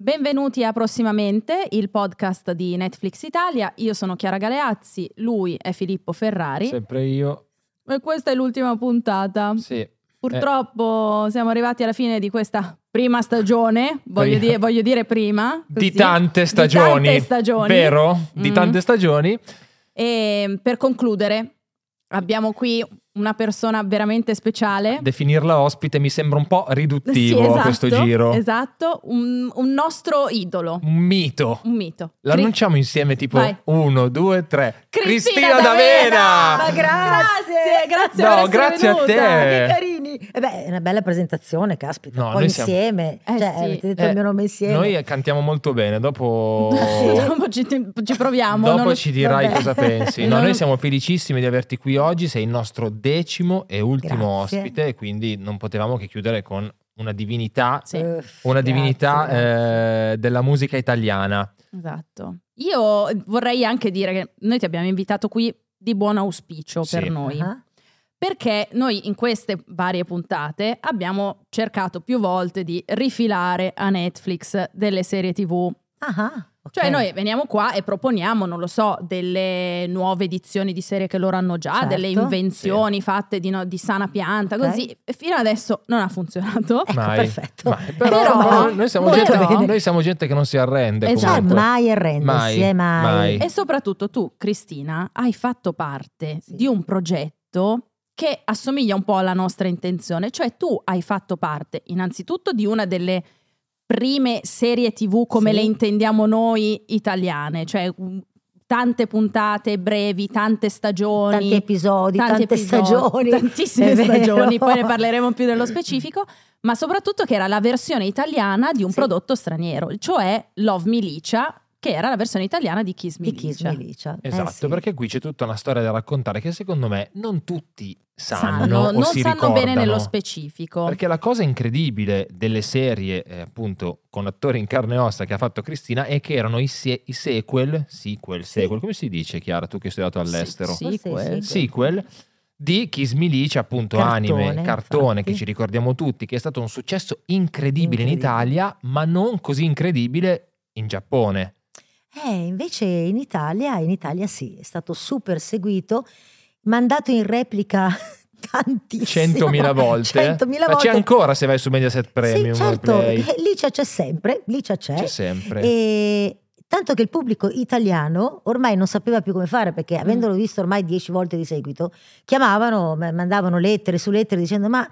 Benvenuti a Prossimamente, il podcast di Netflix Italia. Io sono Chiara Galeazzi, lui è Filippo Ferrari Sempre io. e questa è l'ultima puntata. Sì. Purtroppo siamo arrivati alla fine di questa prima stagione, voglio, Prima. dire, voglio dire prima. Di così. tante stagioni. tante stagioni. Vero? Di Mm. tante stagioni. E per concludere, abbiamo qui una persona veramente speciale. Definirla ospite mi sembra un po' Sì, riduttivo esatto, questo giro. Esatto, un, un nostro idolo, Un mito. un mito. L'annunciamo insieme tipo Mm. Vai. 1, 2, 3. Cristina D'Avena! Ma grazie! Grazie, grazie No, per essere grazie a te. venuta. Che Eh. carini! Eh beh, è una bella presentazione, caspita. No, Poi noi siamo- insieme, Eh, cioè, sì. avete detto Eh, il mio nome insieme. Noi cantiamo molto bene, dopo, Dopo ci, ci proviamo. dopo non lo- ci dirai vabbè. cosa pensi. No, Non- noi siamo felicissimi di averti qui oggi, sei il nostro decimo e ultimo Grazie. ospite e quindi non potevamo che chiudere con una divinità Sì, Uff, una divinità grazie, grazie. eh, della musica italiana. esatto. Io vorrei anche dire che noi ti abbiamo invitato qui di buon auspicio Sì. per noi. Ah, Perché noi in queste varie puntate abbiamo cercato più volte di rifilare a Netflix delle serie TV. ah, ah, ok. Cioè noi veniamo qua e proponiamo, non lo so, delle nuove edizioni di serie che loro hanno già, Certo. delle invenzioni fatte di, no- di sana pianta, Ok. così. E Fino adesso non ha funzionato. Ecco, Mai. perfetto. Ma- però, Però- però noi, siamo Molto gente, bene. noi siamo gente che non si arrende. Esatto. Cioè, comunque. mai arrendersi, Mai, eh, mai. mai. E soprattutto tu, Cristina, hai fatto parte Sì. di un progetto che assomiglia un po' alla nostra intenzione, cioè tu hai fatto parte innanzitutto di una delle prime serie TV come Sì. le intendiamo noi italiane, cioè mm, tante puntate brevi, tante stagioni. Tanti episodi, tanti tante episodi, stagioni. tantissime È vero. stagioni, poi ne parleremo più nello specifico, ma soprattutto che era la versione italiana di un Sì. prodotto straniero, cioè Love Milicia, che era la versione italiana di Kiss Di Milicia. Kiss Milicia. Eh, Esatto, sì. perché qui c'è tutta una storia da raccontare che secondo me non tutti sanno, Sanno, o non si sanno bene ricordano. nello specifico. Perché la cosa incredibile delle serie, eh, appunto, con attori in carne e ossa che ha fatto Cristina è che erano i, se- i sequel, sequel, sequel, come si dice Chiara, tu che hai studiato all'estero? Sì, Forse quel- sì. sequel di Kiss Me Lee, appunto Cartone, anime, cartone infatti. che ci ricordiamo tutti, che è stato un successo incredibile, in Incredibile. Italia, ma non così incredibile in Giappone. Eh, invece in Italia, in Italia sì, è stato super seguito, mandato in replica tantissimo. 100.000 volte. eh. 100.000 ma c'è volte. ancora se vai su Mediaset Premium sì, o certo, Play. eh, lì c'è, c'è sempre, lì c'è, c'è. C'è sempre. E tanto che il pubblico italiano ormai non sapeva più come fare perché Mm. avendolo visto ormai dieci volte di seguito, chiamavano, ma- mandavano lettere su lettere dicendo ma,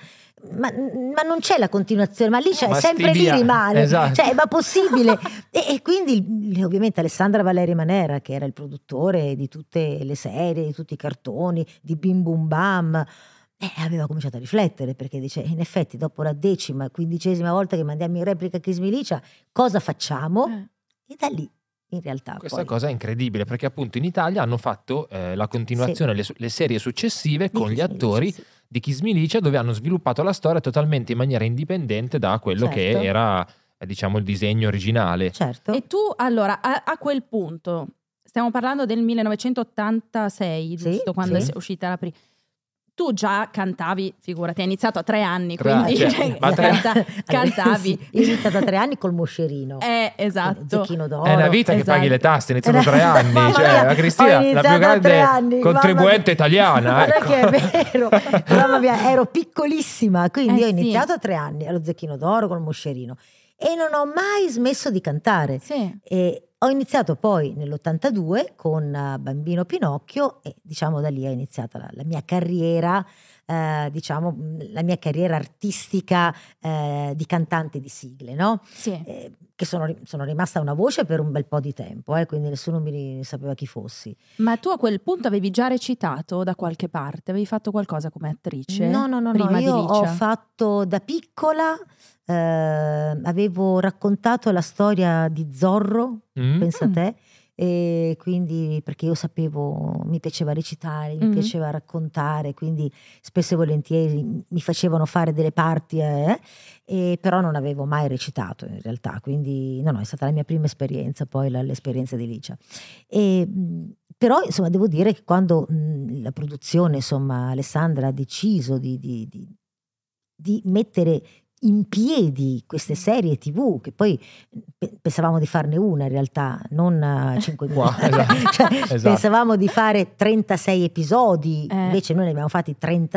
ma- ma non c'è la continuazione, ma lì c'è, Ma sti sempre lì dia- rimane. esatto. Cioè, ma possibile? e, e quindi il- ovviamente Alessandra Valeri Manera, che era il produttore di tutte le serie, di tutti i cartoni, di Bim Bum Bam, eh, aveva cominciato a riflettere perché dice in effetti dopo la decima, quindicesima volta che mandiamo in replica Kiss Milicia cosa facciamo? Eh. E da lì in realtà Questa poi cosa è incredibile perché appunto in Italia hanno fatto eh, la continuazione, le, su- le serie successive di con gli Kiss Milicia, attori sì. di Kiss Me Lee, cioè dove hanno sviluppato la storia totalmente in maniera indipendente da quello Certo. che era eh, diciamo il disegno originale. Certo. Eh. E tu, allora, a, a quel punto, stiamo parlando del 1986, Sì, giusto? Quando sì. è uscita la prima. Tu già cantavi, figurati, hai iniziato a tre anni, Tre quindi anni, certo. cioè, ma Ah, tre- canta- cantavi. Sì, io ho iniziato da tre anni col moscerino. Eh, il esatto. Zecchino d'oro. È una vita che Esatto. paghi le tasse, iniziano tre Era- anni. Mamma Cioè, mia, la ho Cristina, la iniziato più a tre grande anni, contribuente mamma mia. italiana. Guarda ecco. che è vero, mamma mia, ero piccolissima, quindi Eh, ho sì. iniziato a tre anni allo Zecchino d'Oro col moscerino e non ho mai smesso di cantare. Sì. E ho iniziato poi nell'82 con eh, Bambino Pinocchio e diciamo da lì è iniziata la, la mia carriera, eh, diciamo mh, la mia carriera artistica eh, di cantante di sigle, no? sì. Eh, che sono, ri- sono rimasta una voce per un bel po' di tempo, eh, quindi nessuno mi ri- sapeva chi fossi. Ma tu a quel punto avevi già recitato da qualche parte, avevi fatto qualcosa come attrice? No, no, no, Cioè, prima no, di io ho Licia? fatto da piccola, eh, avevo raccontato la storia di Zorro, Mm? pensa a Mm. te. E quindi perché io sapevo, mi piaceva recitare, mi Mhm. piaceva raccontare, quindi spesso e volentieri mi facevano fare delle parti, eh, e però non avevo mai recitato in realtà, quindi no, no, è stata la mia prima esperienza, poi la- l'esperienza di Licia. E, mh, però insomma devo dire che quando mh, la produzione, insomma Alessandra ha deciso di, di- di- di mettere in piedi queste serie tv che poi mhmm, pe- pensavamo di farne una in realtà non eh, 5.000 Qua, esatto, Cioè, esatto. pensavamo di fare 36 episodi Eh. invece noi ne abbiamo fatti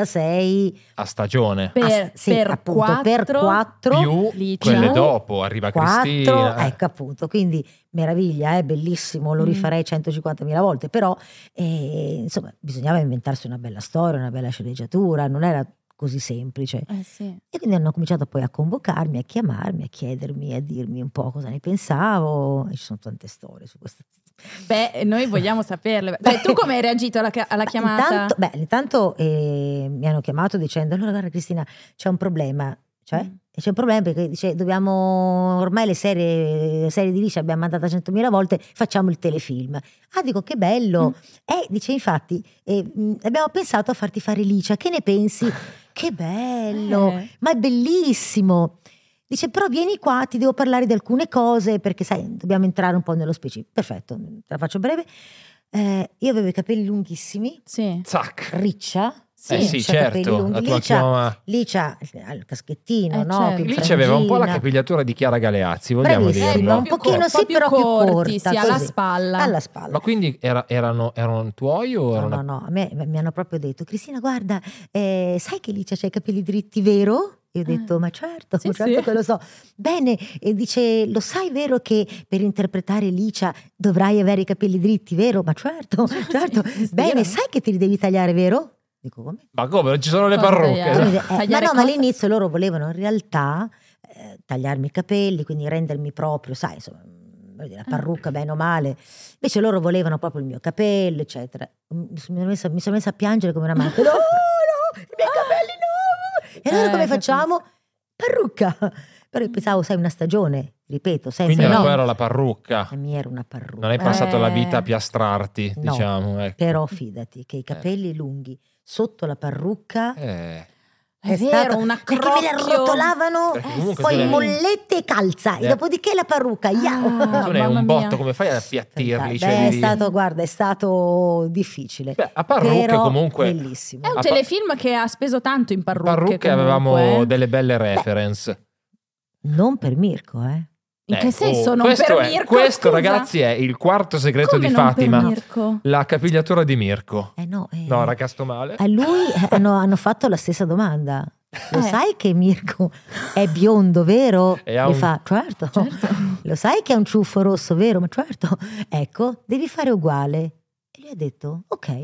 36 a stagione. Per, Ah, sì, per appunto, per quattro- 4 Più lì c'è quelle un- dopo, arriva Quattro, Cristina. eh. ecco appunto, quindi meraviglia, è bellissimo, lo Mm. rifarei 150.000 volte, però eh, insomma bisognava inventarsi una bella storia, una bella sceneggiatura, non era così semplice. Eh sì. E quindi hanno cominciato poi a convocarmi, a chiamarmi, a chiedermi, a dirmi un po' cosa ne pensavo, e ci sono tante storie su questo. Beh, noi vogliamo saperle. Cioè, tu come hai reagito alla, chi- alla Ma chiamata? Intanto, beh, intanto eh, mi hanno chiamato dicendo: Allora, guarda, Cristina, c'è un problema. Cioè, Mm. E c'è un problema perché dice: Dobbiamo. Ormai le serie, le serie di lì ci abbiamo mandata 100.000 volte, facciamo il telefilm. Ah, dico che bello! Mm. E dice: Infatti, eh, mh, abbiamo pensato a farti fare Licia, che ne pensi? che bello! Ah. Eh. Ma è bellissimo! Dice, però vieni qua, ti devo parlare di alcune cose perché, sai, dobbiamo entrare un po' nello specifico. Perfetto, te la faccio breve. Eh, io avevo i capelli lunghissimi, Sì. Zac. riccia, Sì. eh sì, c'ha cioè, capelli certo, lunghi. la Lì tua c'ha- chioma. lì c'ha il il caschettino, Eh, no? certo. Qui Lì c'aveva un po' la frangina. capigliatura di Chiara Galeazzi, vogliamo cioè, Bravissima, dirlo. un pochino Un po' sì, più però più corti, corta, sì, alla così. spalla. alla spalla. Ma quindi era- erano, erano tuoi o No, erano no, no, a me mi hanno proprio detto, Cristina, guarda, eh, sai che lì c'è i capelli dritti, vero? Io ho detto, Ah. ma certo, Sì, certo sì. che lo so. Bene, e dice, lo sai vero che per interpretare Licia dovrai avere i capelli dritti, vero? Ma certo, certo. Sì, sì, Bene, vero. sai che te li devi tagliare, vero? Dico, come? Ma come? Non ci sono le Cosa parrucche. tagliare? Come no? dire, eh, ma Tagliare no, ma cosa? all'inizio loro volevano in realtà eh, tagliarmi i capelli, quindi rendermi proprio, sai, insomma, mm, voglio dire, la Ah. parrucca bene o male. Invece loro volevano proprio il mio capello, eccetera. Mm, Mi sono messa, mi sono messa a piangere come una mattina. No, no, i miei capelli no! E allora Eh, come capisco. facciamo? Parrucca! Però io pensavo, sai, una stagione, ripeto, Quindi sempre era, no. poi era la parrucca. La mia era una parrucca. Non hai passato la Eh. vita a piastrarti, No, diciamo. ecco. Però fidati che i capelli lunghi sotto la parrucca... Eh, È, vero, stato- un Perché me la accrocchio. rotolavano Perché Eh, comunque poi tu sì. ne- mollette e calza Eh. e dopodiché la parrucca Ah. yao. tu ne hai mamma un mia. botto, come fai ad appiattirli? Beh, Cioè, è di- stato guarda è stato difficile Beh, a parrucche però comunque. bellissimo È un A pa- telefilm che ha speso tanto in parrucche. parrucche avevamo comunque, eh. delle belle reference. non per Mirko eh In che Eh, senso oh, non questo per è- Mirko? Questo, scusa? ragazzi, è il quarto segreto Come di non per Fatima. Mirko? La capigliatura di Mirko. Eh, no, eh. No, raga, sto male. a lui eh, hanno, hanno fatto la stessa domanda lo Eh. sai che Mirko è biondo vero? E ha Mi un- fa certo. lo sai che è un ciuffo rosso vero? ma certo ecco devi fare uguale e lui ha detto ok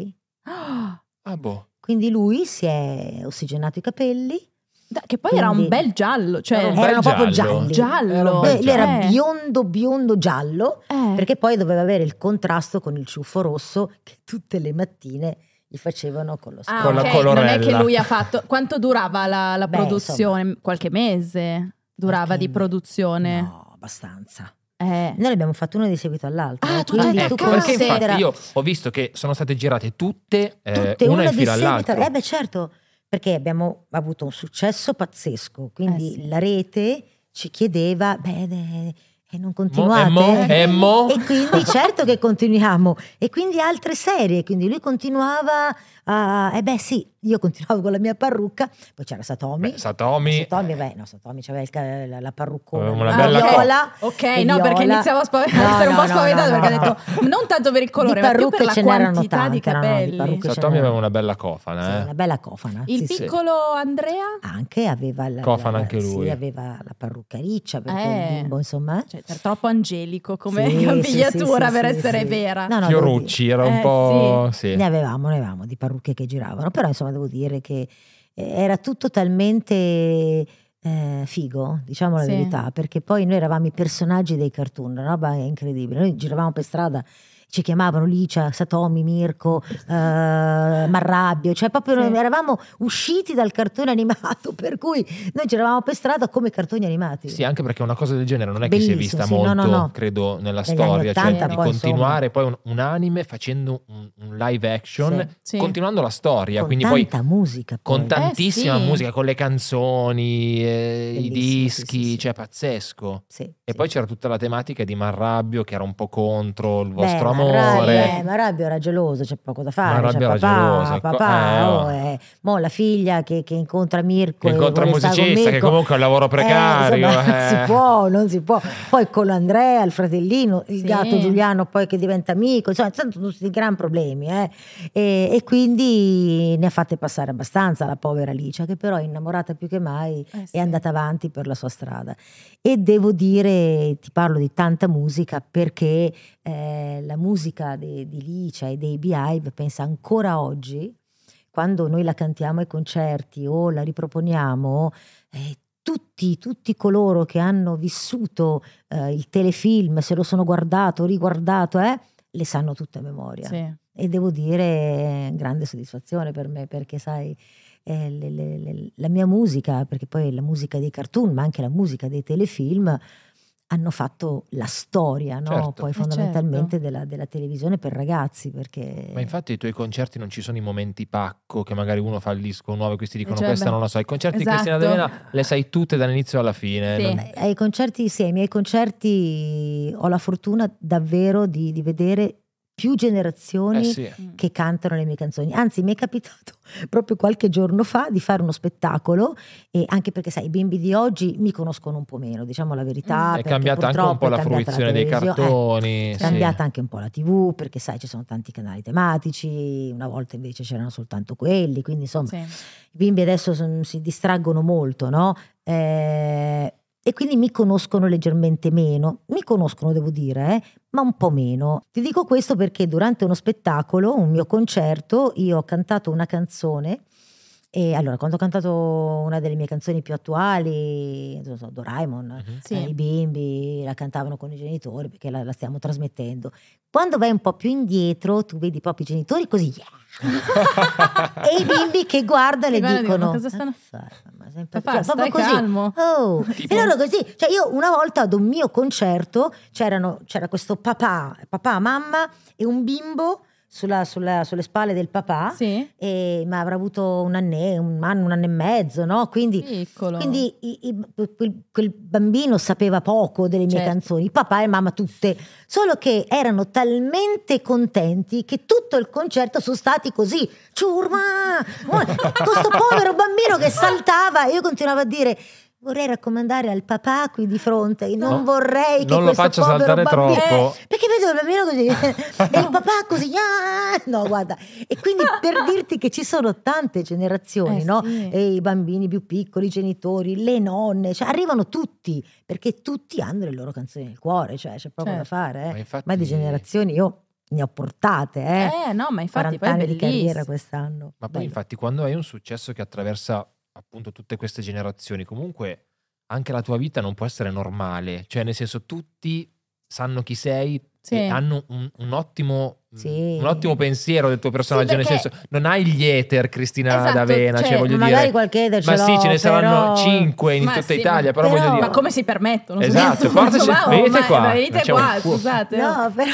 Ah, Ah, boh. Quindi lui si è ossigenato i capelli, da- che poi era un Quindi- bel giallo, cioè Era un bel erano proprio giallo. gialli. giallo. Era un Lui, bel lui era Eh, biondo, biondo, giallo, eh. perché poi doveva avere il contrasto con il ciuffo rosso che tutte le mattine gli facevano con lo Ah, scotch. con la ok, Non è colorella. che lui ha fatto. Quanto durava la, la Beh, produzione? Qualche mese durava Qualche di me- produzione. No, abbastanza. Eh. Noi ne abbiamo fatto uno di seguito all'altro. Ah, eh, tutte quindi e tu ecco, perché cazzo. infatti considera io ho visto che sono state girate tutte, eh, tutte una una in di fila seguito. all'altra. Eh beh, certo, perché abbiamo avuto un successo pazzesco, quindi Eh, sì. la rete ci chiedeva, beh, eh, eh, non Mo- continuate. e mo, eh?" e mo? E quindi certo che continuiamo. E quindi altre serie. Quindi lui continuava a... Eh beh sì, io continuavo con la mia parrucca. Poi c'era Satomi. Beh, Satomi, eh. Satomi, beh, no, Satomi c'aveva il ca- la, la parruccona. Avevamo una la bella viola. Ok, e no, perché viola. iniziavo a, spav- No, a essere un no, po' no, spaventata no, perché no, ho detto non tanto per il colore, Di ma più parrucche per la ce n'erano quantità di tante, no, no, di capelli. parrucche. Satomi c'era- aveva una bella Sì, cofana, eh. una bella cofana. il sì, sì. piccolo Andrea? anche aveva la, Cofano la- anche sì, lui. aveva la parrucca riccia perché Eh. il bimbo insomma eh. Cioè, è troppo angelico come Sì, sì, capigliatura sì, sì, per sì, essere sì. vera. No, no, devo Fiorucci era un Eh, po'... Sì. dire, ne avevamo ne avevamo di parrucche che giravano però insomma devo dire che eh, era tutto talmente eh, figo diciamo la Sì. verità perché poi noi eravamo i personaggi dei cartoon una roba incredibile noi giravamo per strada ci chiamavano Licia, Satomi, Mirko, eh, Marrabbio, cioè proprio Sì. eravamo usciti dal cartone animato, per cui noi giravamo per strada come cartoni animati. Sì, ah, anche perché una cosa del genere non è che si è Bellissimo, vista sì, molto, no, no, no. credo, nella Negli storia. anni 80 cioè, di poi, continuare poi un, un anime facendo un, un live action, Sì. continuando la storia. con quindi poi tanta musica Eh, poi. con tantissima sì. musica, con le canzoni, eh, i Bellissimo, sì, dischi, sì, sì. cioè pazzesco. Sì, E sì. poi c'era tutta la tematica di Marrabbio che era un po' contro il Beh, vostro amore. eh, ma Rabbio era geloso, c'è poco da fare. Ma Rabbio cioè, era papà, geloso, co- papà, eh, oh, oh. eh. Mo la figlia che, che incontra Mirko. Che e incontra un vuole stare con musicista che Mirko. comunque è un lavoro precario. Eh, insomma, eh. Non si può, non si può. Poi con Andrea, il fratellino, il Sì. gatto Giuliano, poi che diventa amico, insomma, sono tutti gran problemi. eh. E, e quindi ne ha fatte passare abbastanza la povera Alicia, che però è innamorata più che mai Eh sì. è andata avanti per la sua strada. E devo dire, ti parlo di tanta musica perché eh, la musica de- di Licia e dei Beehive pensa ancora oggi, quando noi la cantiamo ai concerti o la riproponiamo, eh, tutti, tutti coloro che hanno vissuto eh, il telefilm, se lo sono guardato, riguardato, eh, le sanno tutte a memoria Sì. e devo dire eh, grande soddisfazione per me perché sai eh, le- le- le- la mia musica perché poi la musica dei cartoon ma anche la musica dei telefilm hanno fatto la storia no? Certo. poi Eh, fondamentalmente certo. della, della televisione per ragazzi perché Ma infatti ai tuoi concerti non ci sono i momenti pacco che magari uno fa il disco nuovo e questi Eh, dicono cioè, questa beh, non la so. I concerti esatto. di Cristina De Vena le sai tutte dall'inizio alla fine. Sì. non- Eh, ai concerti sì ai miei concerti ho la fortuna davvero di, di vedere più generazioni Eh sì. Mm. che cantano le mie canzoni. Anzi, mi è capitato proprio qualche giorno fa di fare uno spettacolo, e anche perché, sai, i bimbi di oggi mi conoscono un po' meno, diciamo la verità. Mm. è perché cambiata anche un po' purtroppo è la cambiata fruizione dei televisione, eh, cartoni. è sì. cambiata anche un po' la TV, perché sai, ci sono tanti canali tematici, una volta invece c'erano soltanto quelli, quindi insomma, Mm. Sì. i bimbi adesso son- si distraggono molto, no? Eh, e quindi mi conoscono leggermente meno. Mi conoscono, devo dire, eh, ma un po' meno. Ti dico questo perché durante uno spettacolo, un mio concerto, io ho cantato una canzone. E allora, quando ho cantato una delle mie canzoni più attuali, non so, Doraemon, Mhm. Sì. eh, i bimbi la cantavano con i genitori perché la, la stiamo trasmettendo. Quando vai un po' più indietro, tu vedi proprio i genitori così, yeah! e i bimbi che guardano Che e guardano e dicono, dicono: "Cosa stanno-" "Ah, ma sei impazzito", Papà, cioè, proprio stai così. calmo. Oh, Tipo- e loro così, cioè io una volta ad un mio concerto c'erano- c'era questo papà, papà, mamma e un bimbo sulla- sulla- sulle spalle del papà, Sì. e- ma avrà avuto un anno, un anno, un anno e mezzo, no? Quindi Piccolo. quindi i- i- quel, quel bambino sapeva poco delle mie Certo. canzoni, papà e mamma tutte, solo che erano talmente contenti che tutto il concerto sono stati così, ciurma, questo povero bambino che saltava e io continuavo a dire... Vorrei raccomandare al papà qui di fronte, non No. vorrei che Non lo questo faccia povero saltare bambino... troppo. Eh, perché vedo il bambino così e il papà così, "Ah!" no guarda. E quindi per dirti che ci sono tante generazioni, Eh, no? sì. e i bambini più piccoli, i genitori, le nonne, cioè arrivano tutti, perché tutti hanno le loro canzoni nel cuore, cioè c'è poco da Certo. fare. eh. infatti- Ma di generazioni io ne ho portate, eh. Eh, no, ma infatti 40 poi è anni di carriera bellissimo. quest'anno. Ma poi Bello. infatti quando hai un successo che attraversa appunto tutte queste generazioni, comunque anche la tua vita non può essere normale, cioè nel senso tutti sanno chi sei Sì. e Eh, hanno un, un ottimo, mm, Sì. un ottimo pensiero del tuo personaggio, nel perché- senso non hai gli eter Cristina Esatto, D'Avena, cioè, cioè, voglio magari dire... qualche ce Ma sì, l'ho, ce ne però- saranno cinque in Ma tutta sì, Italia, però, però- voglio dire... Ma come si permettono? Esatto, Scusate, portaci- ma- venite ma- qua, ma venite facciamo qua, un fuoco. scusate. No, però...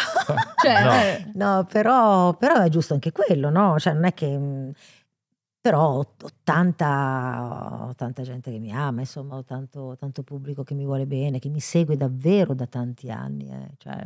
Cioè, No. eh, No, però, però è giusto anche quello, no? Cioè, non è che. mh, Però ho, ho tanta, ho tanta gente che mi ama, insomma, ho tanto, tanto pubblico che mi vuole bene, che mi segue davvero da tanti anni. eh, cioè,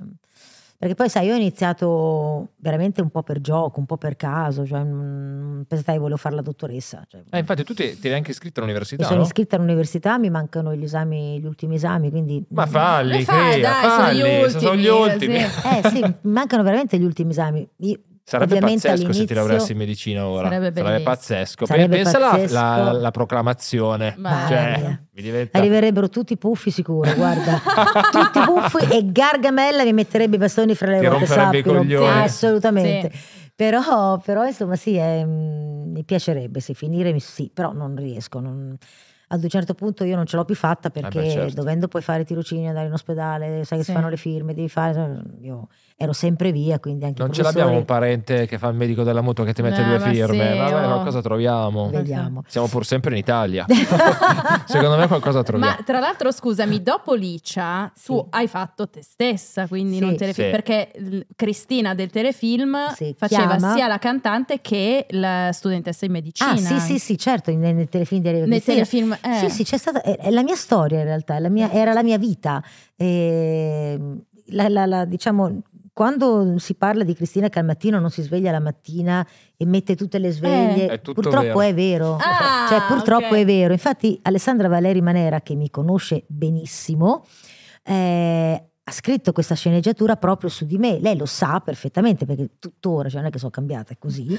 perché poi, sai, io ho iniziato veramente un po' per gioco, un po' per caso, cioè, mm, pensai volevo fare la dottoressa. cioè, Eh, infatti tu ti, ti eri anche iscritto mi all'università, sono no? iscritta all'università, mi mancano gli esami, gli ultimi esami, quindi... Ma mm, falli, Le fai, crea, dai, sono gli falli, sono gli ultimi, ultimi. sì. Eh sì, mi mancano veramente gli ultimi esami. Io- Sarebbe Ovviamente pazzesco se ti all'inizio- laureassi in medicina ora. Sarebbe bellissimo. pazzesco. Sarebbe Pensa alla- pazzesco. La, alla proclamazione. Mamma Cioè, mia. mi diventa... Arriverebbero tutti puffi sicuro, guarda. tutti puffi e Gargamella mi metterebbe i bastoni fra le Ti ruote, romperebbe i sappilo. Eh, coglioni. Assolutamente. Però, però, insomma sì, è, mm, mi piacerebbe se finire, sì, però non riesco. non- Ad un certo punto io non ce l'ho più fatta perché beh, certo. dovendo poi fare tirocinio, andare in ospedale, sai che Sì. si fanno le firme, devi fare... Io ero sempre via, quindi anche i Non ce professori- l'abbiamo un parente che fa il medico della moto che ti mette Eh, due ma firme. sì, Vabbè, oh. no, cosa troviamo? Beh. Vediamo. Siamo pur sempre in Italia. Secondo me qualcosa troviamo. Ma tra l'altro, scusami, dopo Licia Sì. tu hai fatto te stessa, quindi Sì. non telefilm, Sì. perché l- Cristina del telefilm Sì, faceva chiama. sia la cantante che la studentessa in medicina. Ah sì sì anche. sì certo in- nel, telefilm di Arriva Nel Cristina. telefilm eh. Sì, sì, c'è stata. È, è la mia storia in realtà, è la mia- era la mia vita. Ehm, la- la- la- diciamo, quando si parla di Cristina che al mattino non si sveglia la mattina e mette tutte le Eh. sveglie, È tutto purtroppo vero. è vero. Ah, cioè, purtroppo ok. è vero. Infatti, Alessandra Valeri Manera, che mi conosce benissimo, eh, ha scritto questa sceneggiatura proprio su di me. Lei lo sa perfettamente perché tuttora, cioè non è che sono cambiata, è così.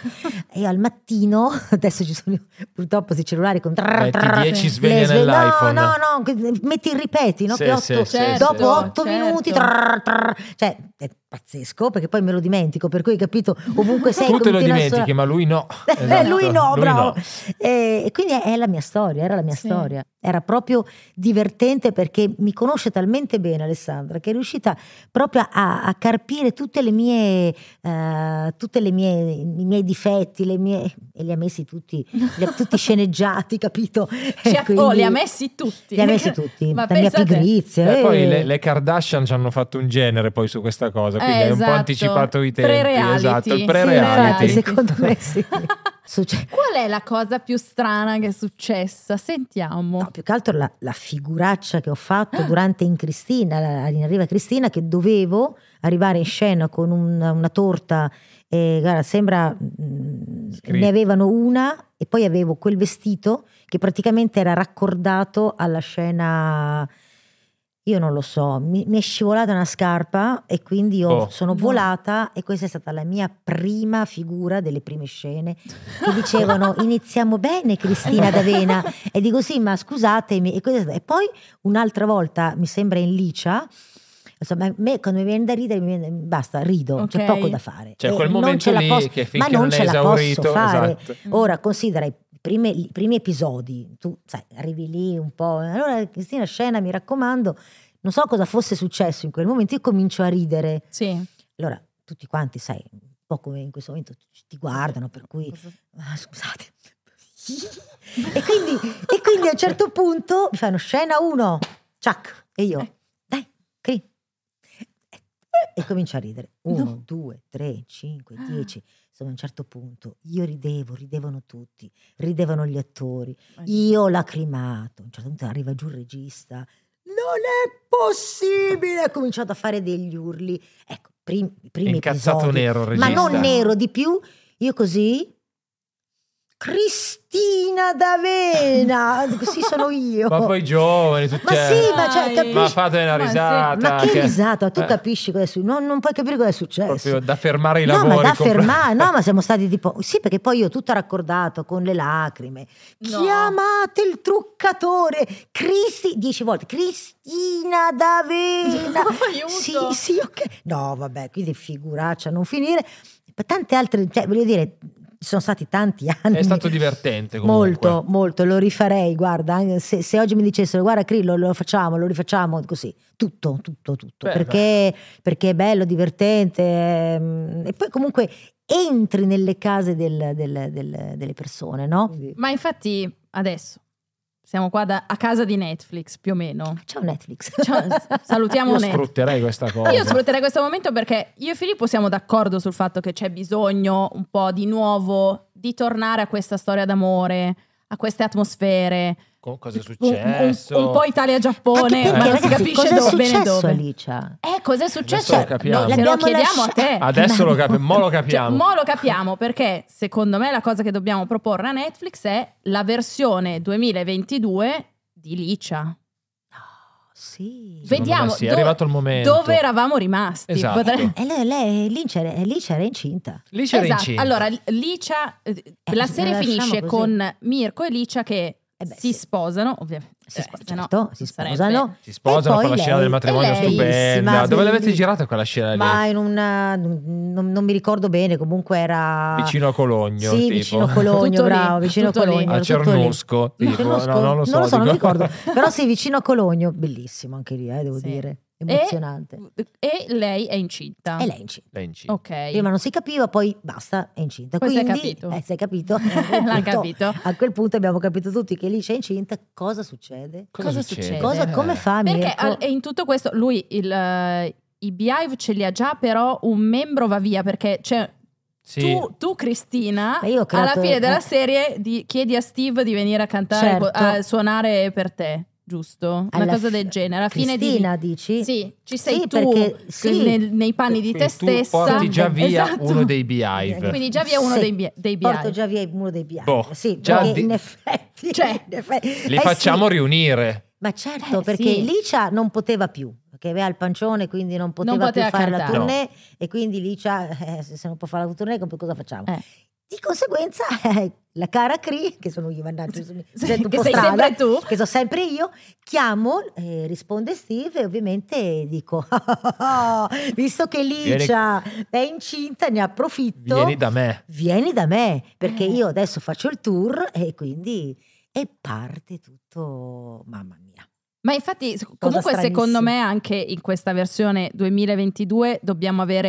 e al mattino, adesso ci sono purtroppo questi cellulari con trrr, Metti trrr, 10 le sveglie sve- nell'iPhone. No, no, no, che- metti il ripeti, no? Sì, che sì, otto- sì, Certo. sì, sì. dopo certo. 8 minuti, trrr, trrr. cioè è pazzesco perché poi me lo dimentico, per cui capito, ovunque sei Tu te lo continua a dimentichi, suonare- ma lui no. Eh, Esatto, lui no, lui bravo. no. Eh, E quindi è la mia storia, era la mia Sì. storia. Era proprio divertente perché mi conosce talmente bene Alessandra che è riuscita proprio a, a carpire tutte le mie, eh, tutte le mie, i miei difetti, le mie, e li ha messi tutti, li ha tutti sceneggiati, capito? Ci E ha- eh, quindi- oh, li ha messi tutti. Li ha messi tutti, Ma la mia pensa a te. pigrizia. Eh, poi eh. le, le Kardashian ci hanno fatto un genere poi su questa cosa, quindi Eh, hai un po' esatto. anticipato i tempi. Pre-reality. Esatto, il Sì, pre-reality. infatti, secondo me sì. Succe- Qual è la cosa più strana che è successa? Sentiamo. No, più che altro la, la figuraccia che ho fatto durante in Cristina, la- in Arriva Cristina, che dovevo arrivare in scena con un- una torta, eh, guarda, sembra mm, Scritta. ne avevano una e poi avevo quel vestito che praticamente era raccordato alla scena. Io non lo so, mi, mi è scivolata una scarpa e quindi io Oh. sono No. volata e questa è stata la mia prima figura delle prime scene che dicevano iniziamo bene Cristina D'Avena e dico sì ma scusatemi e, così è stato. E poi un'altra volta mi sembra in licia insomma a me quando mi viene da ridere mi viene- basta rido c'è Ok. poco da fare Cioè E quel non momento ce la lì posso- che ma finché non non, è ce la esaurito, posso fare esatto. Mm. ora considera i primi, i primi episodi tu sai arrivi lì un po' eh, allora Cristina scena mi raccomando non so cosa fosse successo in quel momento io comincio a ridere Sì. allora tutti quanti sai un po' come in questo momento ti guardano per cui Ah, scusate. e, quindi, e quindi a un certo punto mi fanno scena 1, ciac, e io, dai, cri. E comincio a ridere. 1, 2, 3, 5, 10. Insomma, a un certo punto io ridevo, ridevano tutti, ridevano gli attori, io ho lacrimato. A un certo punto arriva giù il regista. Non è possibile! Ha cominciato a fare degli urli. Ecco, prim- i primi Incazzato episodi. nero il Ma regista. non nero di più, io così. Cristina D'Avena, così sono io. Ma poi i giovani, tutti... eh. Ma sì, ma cioè, Dai. capisci? ma fate una Ma sì. risata. Ma che risata, tu eh, capisci cosa è successo? Non, non puoi capire cosa è successo. Proprio da fermare i no, lavori. ma da compl- fermare, no, ma siamo stati tipo. Sì, perché poi io tutto raccordato con le lacrime. No. Chiamate il truccatore, Cristi, dieci volte, Cristina D'Avena. Aiuto. Sì, sì, ok. No, vabbè, quindi figuraccia a non finire. Ma Tante altre, cioè, voglio dire, ci sono stati tanti anni. È stato divertente comunque. Molto, molto, lo rifarei, guarda, anche se, se oggi mi dicessero guarda Crillo lo facciamo, lo rifacciamo, così, tutto, tutto, tutto, Beh, perché, perché è bello, divertente ehm, e poi comunque entri nelle case del- del- del- delle persone, no? Ma infatti adesso siamo qua da- a casa di Netflix più o meno. Ciao Netflix. Ciao, salutiamo Io Netflix. sfrutterei questa cosa. Io sfrutterei questo momento perché io e Filippo siamo d'accordo sul fatto che c'è bisogno un po' di nuovo di tornare a questa storia d'amore, a queste atmosfere. Co- Cosa è Un, un- successo? un po' Italia-Giappone, Anche ma non Eh, perché si ragazzi, capisce cosa è dove- bene successo dove. Alicia? Eh, cosa è successo? Adesso lo capiamo. Noi- Se lo L'abbiamo chiediamo a lascia- te. Adesso lo capiamo, mo lo Cioè, capiamo. mo lo capiamo perché secondo me la cosa che dobbiamo proporre a Netflix è la versione 2022 di Licia. Sì. Ve- Secondo me vediamo sì, è dove- arrivato il momento. Dove eravamo rimasti? Esatto. E lei, lei- lì, c'era, lì c'era incinta. Lì c'era Esatto. incinta. Allora, Licia, eh, Eh, la se serie la lasciamo finisce così. con Mirko e Licia che Eh beh, si sì. sposano, ovviamente. Si, Eh, spo- se no certo, si sarebbe- sposano. si sposano E con poi la scena lei- del matrimonio e lei- stupenda. Bellissima, Dove l'avete bellissima. girata quella scena lì? Ma in una. Non, non mi ricordo bene, comunque era. Vicino a Cologno, Sì, tipo. vicino Cologno, Tutto lì, bravo, vicino tutto lì. Cologno. a era tutto lì. Cernusco, No, tipo. Cernusco? No, non lo so, non dico. ricordo. Però sì, vicino a Cologno, bellissimo anche lì, eh, devo Sì. dire. E- Emozionante. E lei è incinta. E, lei è incinta. Lei è incinta. Ok. Prima non si capiva, poi basta, è incinta. Poi si è Quindi, capito. Eh, si è capito. A quel L'ha punto- capito. A quel punto abbiamo capito tutti che lì c'è incinta. Cosa succede? Cosa succede? Cosa- Eh. come fa Perché Mirko? al- e in tutto questo lui il, eh, i Beehive ce li ha già, però un membro va via perché c'è Sì. tu, tu, Cristina, Ma io ho creato- alla fine della eh. serie di- chiedi a Steve di venire a cantare, Certo. a suonare per te. giusto? Una Alla cosa fi- del genere. Alla fine di... Cristina, dici? Sì, ci sei Sì, tu perché- sì. nel- nei panni di te Quindi stessa. Tu porti già via Esatto. uno dei beehive. Quindi già vi è uno Sì, dei, bi- dei Porto BI. già via uno dei bianchi. Boh, sì, già perché di- in effetti. Cioè, in effetti- Li eh sì, facciamo riunire. Ma certo, Eh, perché sì. Licia non poteva più, perché aveva il pancione, quindi non poteva, poteva più fare cantare. la tournée e quindi Licia, eh, se se non può fare la tournée, come- cosa facciamo? Eh. Di conseguenza, eh, la cara Cree, che sono io, mannaggia, mi Sì, sento un che po' sei strana, sempre tu. che sono sempre io, chiamo, eh, risponde Steve e ovviamente dico, visto che Licia è incinta, ne approfitto. Vieni da me. vieni da me perché Eh. io adesso faccio il tour e quindi e parte tutto mamma mia Ma infatti, s- comunque, secondo stranissima. me, anche in questa versione 2022 dobbiamo avere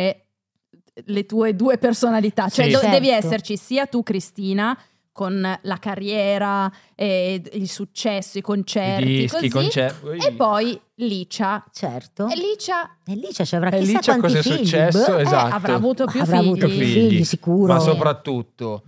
eh, le tue due personalità. Cioè, Sì. do- devi Certo. esserci sia tu, Cristina, con la carriera, eh, il successo, i I concerti, dischi, così, concerti. e poi Licia. certo E Licia e Licia ci avrà E chissà Licia quanti cosa è figli successo? boh. eh, Esatto. avrà avuto più avrà figli. avuto più Figli. figli sicuro Ma Sì. soprattutto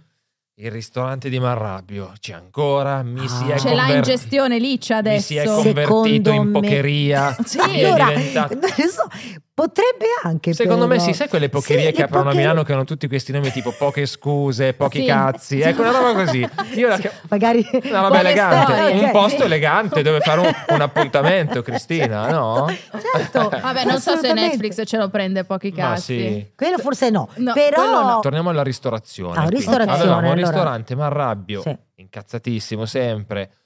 il ristorante di Marrabbio c'è ancora, mi si è Ah. Ce l'ha in conver- gestione Licia Mi adesso. si è Secondo convertito in me- pocheria. Sì. mi è allora diventato- non lo so, potrebbe anche Secondo me però. sì, sai quelle pocherie Sì, che le aprono pocherie- a Milano che hanno tutti questi nomi tipo poche scuse, pochi Sì. cazzi, ecco una roba così. Io la Sì, chiamo- magari Una roba Buone elegante, storie. un Ok, posto sì. elegante dove fare un, un appuntamento, Cristina, no? certo Vabbè, non so se assolutamente. Netflix ce lo prende pochi Ma casi. sì. quello forse no, No, quello però no. Torniamo alla ristorazione. Ah, quindi. ristorazione, Avevamo un allora. ristorante, ma arrabbio, Sì. incazzatissimo sempre.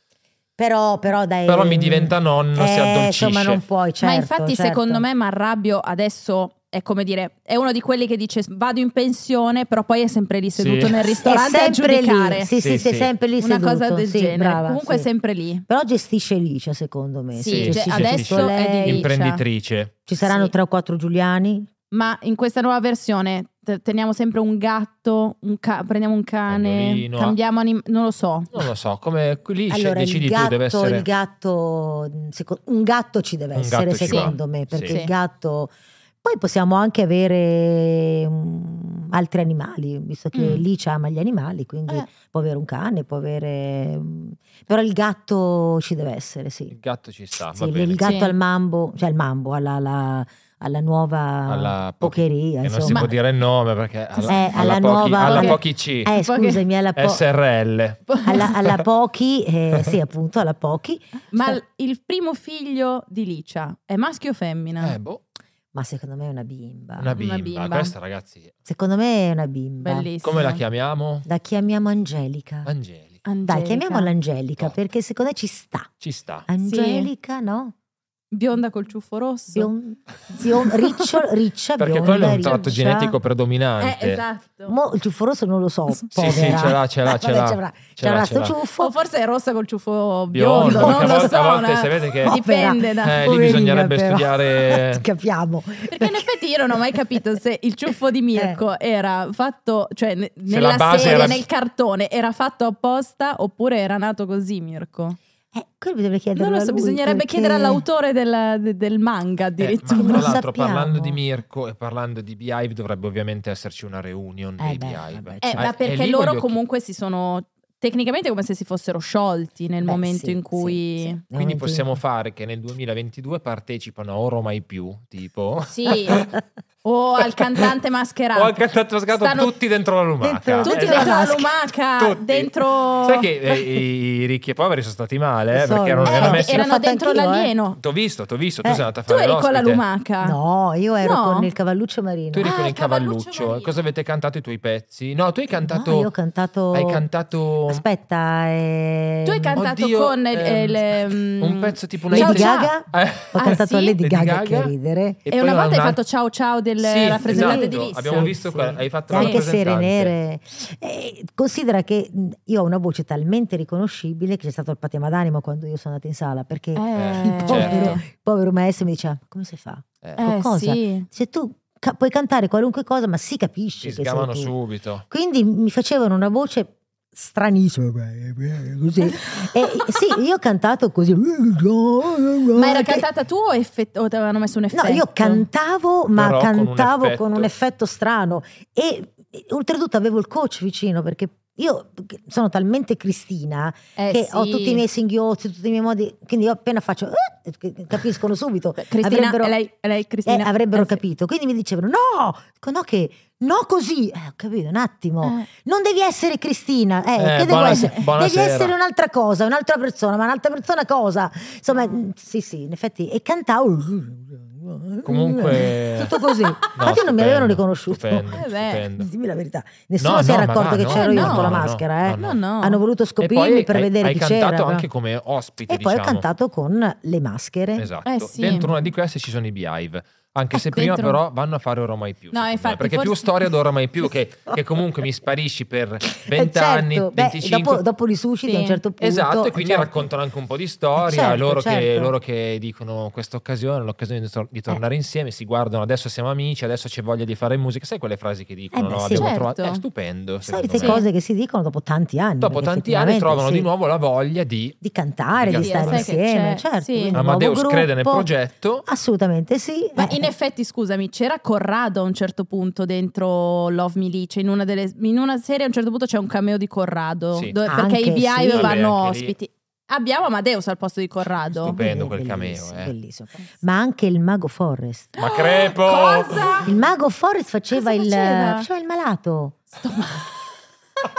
però però dai Però mi diventa nonno, si Ehm, eh, addolcisce. insomma non puoi certo, Ma infatti, certo. secondo me, Marrabbio adesso è come dire, è uno di quelli che dice vado in pensione, però poi è sempre lì seduto Sì. nel ristorante certo. è a sempre giudicare. lì. Sì, sì, Sì, sì, è sì. sempre lì Una seduto. cosa del Sì, genere. brava, Comunque sì. è sempre lì. Però gestisce Licia, secondo me. Sì, sì, cioè, gestisce adesso tutto è di lei. Licia. Imprenditrice. Ci saranno Sì. tre o quattro Giuliani? Ma in questa nuova versione te- teniamo sempre un gatto, un ca- prendiamo un cane, Cagnolino, cambiamo anim- non lo so. Non lo so, come lì sce- allora, decidi il gatto, tu, deve essere... il gatto, mh, seco- un gatto ci deve Un essere, gatto ci secondo va. me, perché Sì. il gatto... Poi possiamo anche avere mh, altri animali, visto che Mm. Licia ama gli animali, quindi Eh. può avere un cane, può avere... mh, Però il gatto ci deve essere, sì. Il gatto ci sta, Sì, Ah, va bene. il gatto Sì. al mambo, cioè al mambo, alla, alla- alla nuova Alla po- pocheria. E Eh, non si insomma. può dire il nome perché alla, Eh, alla alla pochi, nuova- alla Ok. pochi C, Eh, Poi scusami, alla, po- SRL. alla, alla Pochi, eh, sì, appunto, alla Pochi, Ma l- il primo figlio di Licia è maschio o femmina? Eh, boh, ma secondo me è Ah, una bimba. una bimba. bimba. Questa ragazzi, Secondo me è una bimba. Bellissimo. come la chiamiamo? La chiamiamo Angelica. Angelica. Angelica. Dai, chiamiamola Angelica Top. perché secondo me ci sta. Ci Ah, sta. Angelica, no? Bionda col ciuffo rosso. Bion- bion- riccio- riccia, Perché bionda, quello è un riccia. tratto genetico eh, predominante. esatto. Mo, il ciuffo rosso non lo so, Sì, Sì, povera. sì, ce l'ha, ce l'ha, ce Vabbè, l'ha. ce l'ha. Ce l'ha, ce sto l'à. O ciuffo. forse è rossa col ciuffo Biondo, biondo, perché non a lo volte, so. a volte una- sapete che Oh, Dipende da... Eh, lì Poverina, bisognerebbe però. studiare- Capiamo. Eh. Perché in effetti io non ho mai capito se il ciuffo di Mirko era fatto, cioè ne- nella la base serie, era- nel cartone, era fatto apposta oppure era nato così Mirco? Eh, quello bisogna chiederlo Non lo a so, lui, bisognerebbe perché- chiedere all'autore del, de- del manga Eh, addirittura. ma Non tra lo l'altro, sappiamo. parlando di Mirko e parlando di Beehive, dovrebbe ovviamente esserci una reunion Eh dei beh, Beehive. vabbè, Eh, certo. ma e perché lì loro voglio chi- comunque si sono tecnicamente come se si fossero sciolti nel Beh, momento sì, in cui... sì, sì. Nel Quindi momento possiamo in fare che nel 2022 partecipano a Oro Mai Più, tipo... Sì, o al cantante mascherato. Ho cantato scato Stanno tutti dentro la lumaca. Esatto. dentro- Tutti Eh, dentro la maschera. lumaca, Tutti. dentro... Sai che eh, i, i ricchi e poveri sono stati male, eh, Lo so, perché erano, lo so. erano Eh, messi... L'ho erano fatta dentro anch'io, eh. l'alieno. T'ho visto, t'ho visto, tu Eh, sei andata a Tu fare eri con la l'ospite. lumaca. No, io ero No? con il cavalluccio marino. Tu eri Ah, con il Cavalluccio cavalluccio. Marino. Cosa avete cantato i tuoi pezzi? No, tu hai cantato... No, io ho cantato. Hai cantato... Aspetta, eh, Tu hai cantato Oddio, con il- ehm, il- il- un pezzo tipo una Lady Ciao, intesa- ciao. Gaga? Eh. Ho Ah, cantato a sì? Lady, Lady Gaga, Gaga? che ridere. E, una volta poi hai un altro- fatto ciao ciao del Sì, rappresentante esatto, di Lissa. abbiamo visto quella- hai fatto Sì, anche rappresentante. sere nere. Eh, considera che mh, io ho una voce talmente riconoscibile che c'è stato il patema d'animo quando io sono andata in sala perché Eh, il, povero, certo. il povero maestro mi diceva come si fa? Eh, Eh, cosa? sì. Se tu ca- puoi cantare qualunque cosa ma si capisce ci che sei sgamano tu. subito. Quindi mi facevano una voce stranissima eh, così. e sì, io ho cantato così. Ma Ma era cantata tu o, effett- o ti avevano messo un effetto? No, io cantavo, ma Però con un cantavo con un effetto. effetto strano e e oltretutto avevo il coach vicino perché Io sono talmente cristina Eh, che sì. ho tutti i miei singhiozzi, tutti i miei modi, quindi io appena faccio "Eh", capiscono subito. Cristina, Avrebbero- è lei, è lei Eh, Cristina. avrebbero Eh, sì. capito, quindi mi dicevano no, dico, no che, no così, Eh, ho capito un attimo, Eh. non devi essere Cristina, eh, Eh, che devo buonase- essere? Devi buonasera. essere un'altra cosa, un'altra persona, ma un'altra persona cosa? Insomma, mh, sì sì, in effetti, e cantavo Comunque- tutto così, No, infatti non mi stupendo, avevano riconosciuto. Stupendo, Eh beh. stupendo. Dimmi la verità, nessuno No, si era no, ma accorto va, che no, c'ero io no, con la no, maschera, eh. No, no, no. hanno voluto E poi scoprirmi per hai- vedere hai chi cantato c'era. anche come ospite, e poi ho diciamo. cantato con le maschere. Esatto. Eh, sì. Dentro una di queste ci sono i Beehive. Anche se Ecco, prima dentro- però vanno a fare Oramai Più. No, secondo me, infatti, Perché più forse- storia ad Oramai Più che, che comunque mi sparisci per Eh, 20 anni, certo. Beh, 25. dopo, dopo risusciti Sì. a un certo punto. Esatto, e quindi certo. raccontano anche un po' di storia, Certo, loro, Che, certo. Eh. loro che dicono questa occasione, l'occasione di, tor- di tornare insieme, si guardano, adesso siamo amici, adesso c'è voglia di fare musica, sai quelle frasi che dicono, Eh beh, no, sì. abbiamo Certo. trovato, è stupendo. secondo Solite me. cose che si dicono dopo tanti anni. Dopo perché tanti anni effettivamente, trovano sì, di nuovo la voglia di... di cantare, di Sì, stare sai che insieme. c'è, Certo, sì. quindi un nuovo Amadeus crede nel gruppo. progetto. Assolutamente sì. Ma Eh, in effetti, scusami, c'era Corrado a un certo punto dentro Love Milice. In una, delle- in una serie a un certo punto c'è un cameo di Corrado. Sì. dove- Anche perché i BI sì. vanno Vabbè, anche lì. ospiti. Abbiamo Amadeus al posto di Corrado. Stupendo quel bellissimo, cameo, eh. bellissimo. Ma anche il mago Forrest. Ma crepo! Cosa? Il mago Forrest faceva, Ah. Cosa il, faceva? faceva il malato. Sto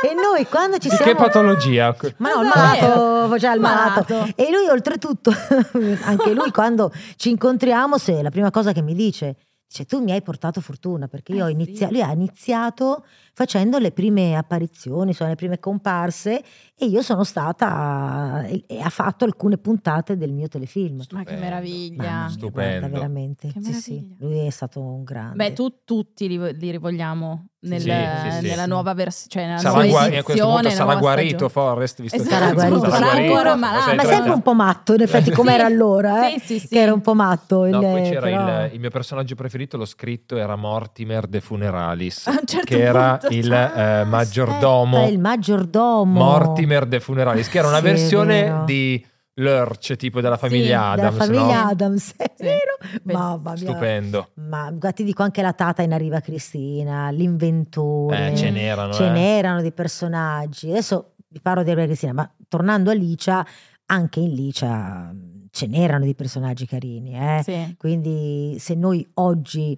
E noi quando ci Di siamo... che patologia? Ma no, il Esatto. malato faceva il malato. Malato. E lui oltretutto, anche lui quando ci incontriamo, se la prima cosa che mi dice, dice tu mi hai portato fortuna perché io Eh ho sì. iniziato, lui ha iniziato facendo le prime apparizioni, insomma, le prime comparse e io sono stata e, e ha fatto alcune puntate del mio telefilm. Ma che Stupendo. meraviglia. Stupendo. guarda, veramente. Che Sì, sì, meraviglia. lui è stato un grande. Beh, tu, tutti li, li rivogliamo nel- Sì, sì, sì. nella nuova versione, cioè nella Sarà, nuova gua- edizione. a questo punto nella sarà nuova guarito stagione. Forrest, visto Esatto, che sarà guarito, sarà ancora malato. Ah, ma Sei sempre un po' matto, in effetti, Sì. come era allora, eh? Sì, sì, sì. che era un po' matto. No, il- poi c'era però- il, il mio personaggio preferito, l'ho scritto, era Mortimer de Funeralis, A un certo che era punto- il Ah, eh, maggiordomo, aspetta, il maggiordomo. Mortimer de Funeralis, che era una Sì, è vero. versione di Lurch, tipo della famiglia Sì, Adams, della famiglia no? Adams, è Sì. vero? Beh, Mamma mia. Stupendo. Eh, Ma guarda, ti dico anche la Tata in Arriva Cristina, l'inventore. Eh, ce n'erano, Ce eh. n'erano dei personaggi. Adesso vi parlo di Arriva Cristina, ma tornando a Licia, anche in Licia mh, ce n'erano dei personaggi carini, eh. Sì. Quindi se noi oggi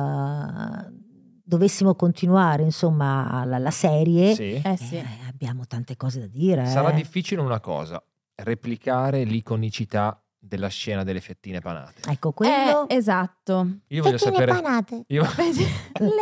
eh, dovessimo continuare, insomma, la, la serie, Sì. Eh sì. eh, abbiamo tante cose da dire. Sarà eh. difficile una cosa, replicare l'iconicità della scena delle fettine panate. Ecco, quello... Eh, esatto. Io voglio sapere... panate. Io... Le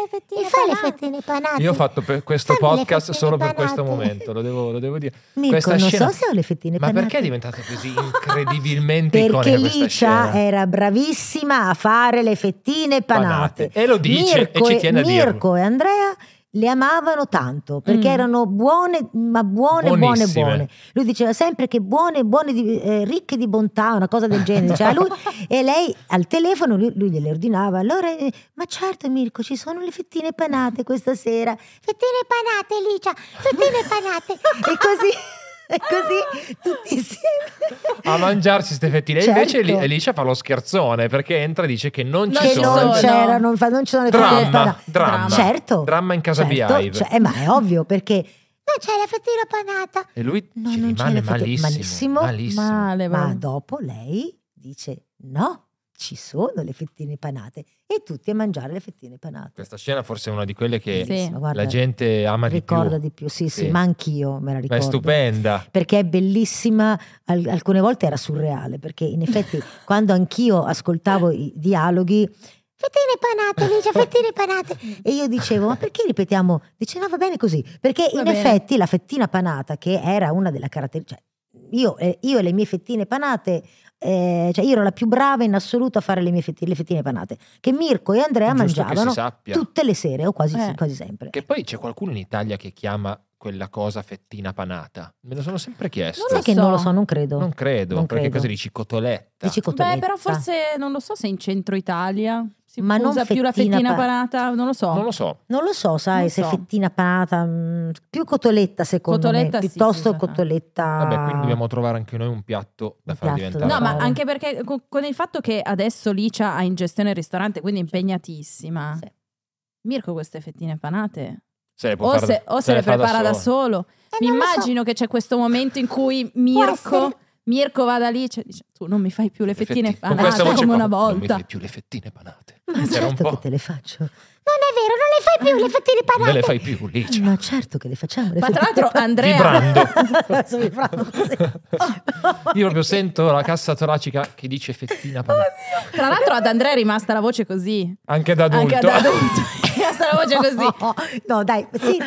fettine E fai le panate. fettine Io ho fatto per questo Fammi le podcast fettine solo per questo panate. momento, lo devo, lo devo dire. Mirko, questa non scena- so se ho le fettine Ma panate. perché è diventata così incredibilmente Perché eh, iconica questa Licia scena? era bravissima a fare le fettine panate. E lo dice Mirko, e ci tiene a dirlo. Mirko e Andrea le amavano tanto perché Mm. erano buone, ma buone, buone, Buonissime. buone. Lui diceva sempre che buone, buone, di- eh, ricche di bontà, una cosa del genere. diceva lui, e lei al telefono, lui, lui gliele ordinava. Allora, eh, ma certo Mirko, ci sono le fettine panate questa sera. Fettine panate, Licia. Fettine panate. E così, e così tutti insieme. A mangiarsi ste fettine. E Certo. Invece Li- Licia fa lo scherzone perché entra e dice che non ci Che che sono. non sono. c'erano, infa- non ci sono le fettine Dramma, panate. dramma. certo, Dramma in casa certo, Beehive. cioè, eh, ma è ovvio perché Non c'è la fettina panata. E lui No, ci non ce rimane l'ha fatta- malissimo. malissimo, malissimo. Male, ma va. dopo lei dice no, ci sono le fettine panate e tutti a mangiare le fettine panate. Questa scena forse è una di quelle che Sì. Bellissimo, guarda, la gente ama di più. ricorda di più, sì, sì, Sì. ma anch'io me la Ma è ricordo. stupenda. perché è bellissima, al- alcune volte era surreale, perché in effetti quando anch'io ascoltavo i dialoghi Fettine panate, Licia. Fettine panate. e io dicevo ma perché ripetiamo? Dice no va bene così, perché Va in bene. effetti la fettina panata che era una delle caratteristiche, io, eh, io e le mie fettine panate, eh, cioè io ero la più brava in assoluto a fare le mie fettine, le fettine panate, che Mirko e Andrea Giusto che si mangiavano sappia. tutte le sere o quasi, Eh. quasi sempre. Che poi c'è qualcuno in Italia che chiama quella cosa fettina panata. Me lo sono sempre chiesto. lo Sai che so. non lo so, non credo. Non credo, Non perché credo. cosa dici? Cotoletta. Dici cotoletta. Beh, però forse non lo so se in centro Italia si Ma non usa più la fettina fettina pa- panata, non lo so. Non lo so. Non lo so, sai, Non se so. fettina panata, mh, più cotoletta secondo Cotoletta sì, me, piuttosto sì, sì. cotoletta. Vabbè, quindi dobbiamo trovare anche noi un piatto da Ah. Un far piatto diventare. da No, Allora, ma fare. anche perché co- con il fatto che adesso Licia ha Ah. in gestione il ristorante, quindi è impegnatissima. Sì. Mirko queste fettine panate Se le può O fare se, o se le fa prepara da sola. solo. Eh, Mi non lo so. immagino che c'è questo momento in cui essere. Mirko, Mirko va da lì e cioè, dice tu non mi fai più le fettine Effetti- con questa panate voce come una qua, Non mi volta. fai più le fettine panate. Ma C'era un certo che po'. te le faccio. Non è vero, non le fai più le fettine Non le panate. fai più, Licia. Ma certo che le facciamo. le Ma tra fettine l'altro Andrea, Vibrando. panate. Sono vibrando così. Io proprio sento la cassa toracica che dice fettina panate. tra l'altro ad Andrea è rimasta la voce così. Anche da Anche adulto. ad adulto è rimasta la voce così. No, dai, sì.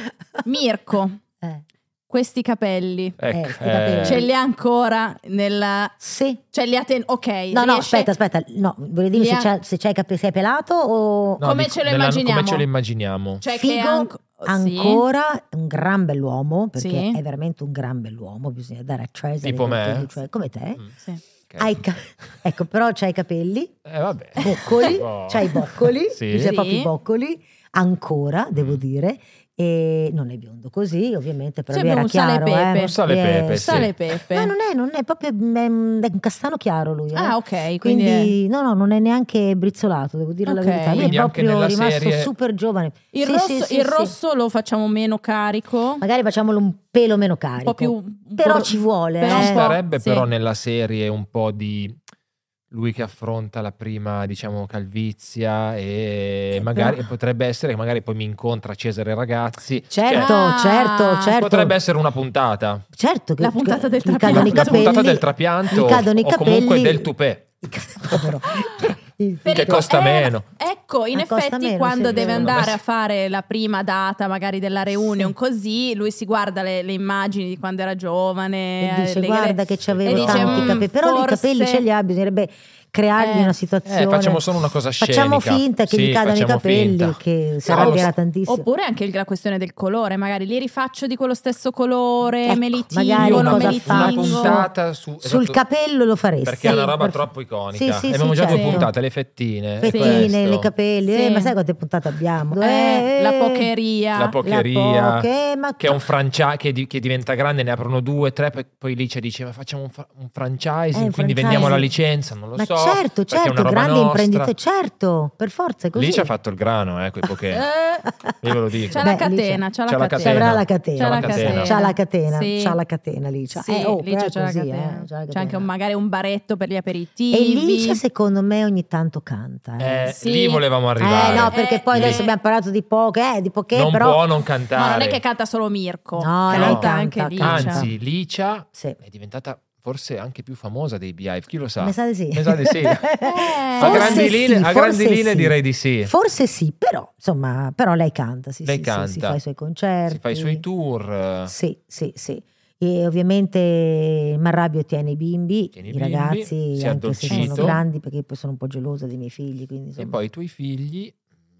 Mirko, Eh, questi capelli, Eh, Ecco, sì, davvero. eh, ce li ha ancora nella... sì. Cioè li ha ten- Ok, No, no, riesce- aspetta, aspetta. No, volevi dirmi se, Li ha- c'è- se c'hai i capelli, sei pelato o... no, come dico, ce lo nella- immaginiamo? Come ce lo immaginiamo? Cioè che Figo, ha anco- sì. ancora un gran bell'uomo, perché Sì. è veramente un gran bell'uomo, bisogna dare a Cesare. Tipo quel me? che gli- cioè, come te. Mm, Sì. ok. Hai ca- ecco, però c'hai i capelli, Eh, vabbè. boccoli, Oh. c'hai i boccoli, Sì. c'hai proprio i Sì. boccoli, ancora, devo Mm. dire, e non è biondo così, ovviamente, però lui Sembra era un sale chiaro. e pepe. eh. Un sale e Eh, pepe, sì. Sale e pepe. No, non è, non è proprio mm, è un castano chiaro lui. eh. Ah, ok, Quindi, quindi... è- no, no, non è neanche brizzolato, devo dire Ok. la verità. Lui Quindi è anche proprio nella rimasto serie- super giovane. Il Sì, rosso, sì, sì, il sì. rosso lo facciamo meno carico, un Magari facciamolo un pelo meno carico. po' più... un Però po' ci vuole. però Ci un eh. po', starebbe sì. però nella serie un po' di lui che affronta la prima, diciamo, calvizia e magari però- potrebbe essere che magari poi mi incontra Cesare Ragazzi. Certo, Ah. certo, certo. Potrebbe essere una puntata. Certo che La puntata del gli cadono i trapianto. La capelli. puntata del trapianto gli cadono i o comunque capelli. del tupè. I ca- povero. Il- Perché- Che costa eh, meno. Ecco, in Ah, costa effetti meno, quando sì, deve vero. Ma sì. andare a fare la prima data magari della reunion Sì. così, lui si guarda le, le immagini di quando era giovane. e dice le- le- guarda che c'avevo eh, e dice, tanti "Mm, capelli però lui i capelli forse- ce li ha bisognerebbe creargli Eh. una Eh, situazione facciamo solo una cosa scenica. Facciamo finta che Sì, gli cadano i facciamo capelli finta. che si No, lo arrabbierà s- tantissimo Oppure anche il- la questione del colore, magari li rifaccio di quello stesso colore, Ecco, me li magari tingo, una, non me cosa li una tingo. faccio? puntata su, sul esatto, capello lo faresti perché è una roba Perf- troppo iconica. Sì, sì, E Abbiamo sì, già due certo. puntate, le fettine. fettine questo. i capelli eh, Sì. ma sai quante puntate abbiamo Eh, Eh, la eh. pocheria. La pocheria. La poche- ma- che è un franchise che, di- che diventa grande, ne aprono due, tre, poi, poi lì c'è dice ma facciamo un, fra- un franchising, Eh, un quindi franchising. vendiamo la licenza, non lo ma so. certo perché è una certo roba grande nostra. imprenditore certo per forza è così Cioè, Lì ci ha fatto il grano, eh, quei poche. Eh, Io ve lo dico. c'ha la Beh, lì catena, c'ha la Ci catena. avrà la catena, C'ha la catena. c'ha la catena, Sì. c'ha la catena lì. C'ha, Sì, eh, oh, lì però c'è, è la così, eh, catena. c'ha la C'è anche catena. un- magari un baretto per gli aperitivi. E lì c'è, secondo me ogni tanto canta. Eh. Eh, Sì. Lì volevamo Eh, arrivare. no, perché Eh, poi lì. adesso abbiamo parlato di poche, eh, di poche, non però può non cantare. Ma non è che canta solo Mirko, No, canta, lei anche canta, lì. canta. cioè. Anzi, Licia sì, è diventata forse anche più famosa dei BIF, chi lo sa? mi sa di sì. Mi sa di sì. Eh, a Forse grandi sì, linee, a grandi forse linee sì. direi di sì. Forse sì, però insomma, però lei canta, sì, Lei sì, sì, canta. si fa i suoi concerti. Si fa i suoi tour. eh, Sì, sì, sì. E ovviamente Marrabbio tiene i bimbi, Tiene i i bimbi, ragazzi, si è anche se sono addolcito. grandi, perché poi sono un po' gelosa dei miei figli, quindi E insomma. poi i tuoi figli,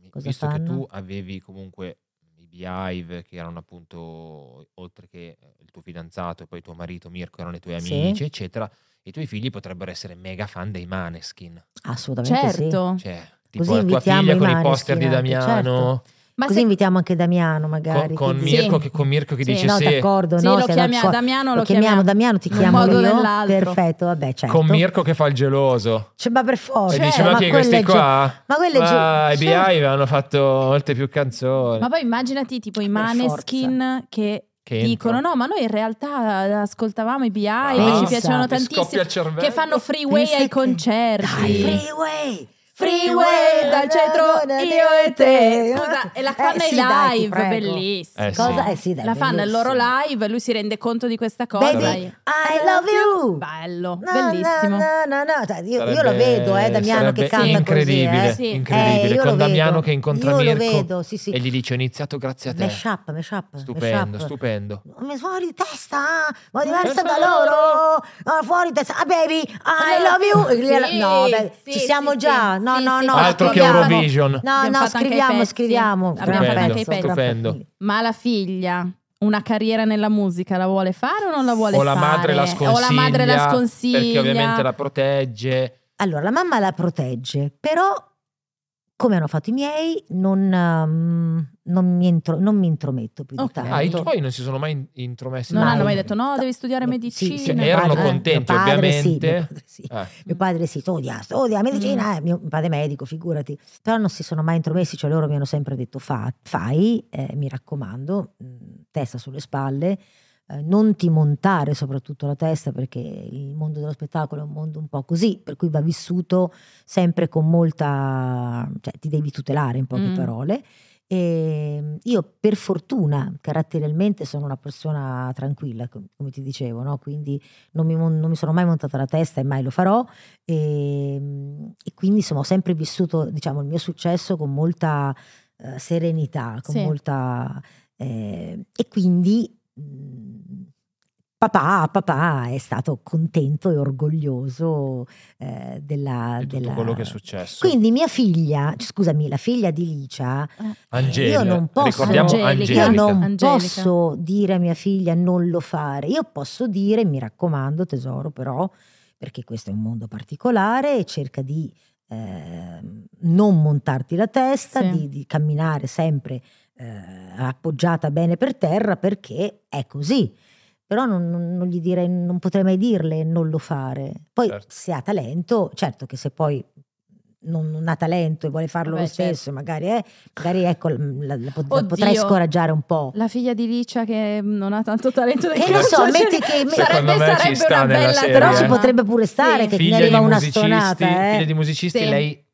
Cosa visto che fanno? tu avevi comunque i Beehive che erano appunto, oltre che eh, il tuo fidanzato e poi tuo marito Mirko erano i tuoi Sì. amici, eccetera, i tuoi figli potrebbero essere mega fan dei Maneskin. assolutamente sì. Certo, Cioè, tipo Mm. Così la tua invitiamo figlia i con i Maneskin poster di anche, certo, Damiano, ma Così se- invitiamo anche Damiano magari. con, con che- Sì. Mirko, che, con Mirko che Sì. dice Eh, No, se... d'accordo, sì, no, lo siamo chiami- d'accordo. Damiano Lo chiamiamo Damiano, ti in un chiamo modo o io. nell'altro. Perfetto, vabbè, certo. Con Mirko che fa il geloso. Cioè, ma per forza. e dice, ma, chi è quello questi è ge- qua? ma quello è Ah, ge- i certo. Beehive hanno fatto molte più canzoni. ma poi immaginati tipo i Per maneskin che Che dicono no, entrano. ma noi in realtà ascoltavamo i BI, Pensa, ci piacevano mi Ah, Ti scoppia tantissimo, il cervello. che fanno freeway Pensa ai che- Dai, concerti. freeway! Freeway dal centro io e te. Scusa, e la fanno Eh, ai sì, dai, ti live, prego. bellissimo. Eh, sì. Cosa? Eh sì, dai, la fanno al loro bellissimo. live, lui si rende conto di questa cosa. e- Baby, I love you! Bello, No, bellissimo. No, no, no, Cioè, io, io lo Sarebbe- vedo, eh, Damiano sarebbe che canta incredibile, così, eh. Sì. incredibile, Eh, io con lo Damiano vedo. che incontra Io Mirko lo vedo, sì, sì. e gli dice ho iniziato grazie a te. Mash up, mash up, mash Stupendo, up. stupendo. Mi fuori di testa, ma diversa Diversa da da loro, ah, fuori di testa, ah baby, I Allora- love you. E gliela- Sì, no, beh, sì, ci sì, siamo sì, già, sì, no, sì, no, sì, no, sì, Altro che abbiamo- scriviamo. Eurovision. No, Abbiamo no, fatto anche i scriviamo, pezzi. scriviamo. Abbiamo Gran fatto anche i pezzo, pezzi. gran Stupendo. pezzo. Ma la figlia una carriera nella musica la vuole fare o non la vuole o fare? la madre la sconsiglia. O la madre la sconsiglia. Perché ovviamente la protegge. Allora, la mamma la protegge, però come hanno fatto i miei, non, ehm, non mi, intro- non mi intrometto più di Ok. tanto. Ah, i tuoi non si sono mai in- intromessi. Non Certo. Mai. hanno mai detto no, devi studiare No, medicina. sì, Cioè, mio erano padre- eh, contenti, mio padre sì, ovviamente. mio padre sì. Ah, Mio padre si studia, studia medicina, eh, mio padre è medico, figurati. Però non si sono mai intromessi, cioè loro mi hanno sempre detto "Fa- fai, eh, mi raccomando, mh, testa sulle spalle, eh, non ti montare soprattutto la testa perché il mondo dello spettacolo è un mondo un po' così, per cui va vissuto sempre con molta... cioè ti devi tutelare in poche Mm. parole. E io per fortuna caratterialmente sono una persona tranquilla, com- come ti dicevo, no? quindi non mi, mon- non mi sono mai montata la testa e mai lo farò e, e quindi insomma ho sempre vissuto diciamo, il mio successo con molta eh, serenità, con Sì. molta, eh, e quindi mh, papà, papà è stato contento e orgoglioso eh, della, di tutto della- quello che è successo. Quindi mia figlia, scusami, la figlia di Licia, Angelica, io non posso- ricordiamo Angelica. Angelica. io non Angelica. posso dire a mia figlia non lo fare, io posso dire, mi raccomando tesoro però, perché questo è un mondo particolare, cerca di eh, non montarti la testa, Sì. di, di camminare sempre eh, appoggiata bene per terra perché è così. Però non, non- non gli direi, non potrei mai dirle non lo fare. Poi Certo. se ha talento, certo che se poi non, non ha talento e vuole farlo Vabbè, certo. lo stesso, magari è magari ecco, la, la pot- la Oddio. potrei scoraggiare un po'. La figlia di Licia che mm, non ha tanto talento nel Eh, lo so, calcio, metti cioè, che- me- sarebbe, Secondo me ci sarebbe sta una nella bella serie, Però ci eh. potrebbe pure stare Sì. che ne figlia, di arriva una musicisti, stonata. figlia Eh. di musicisti, Sì. lei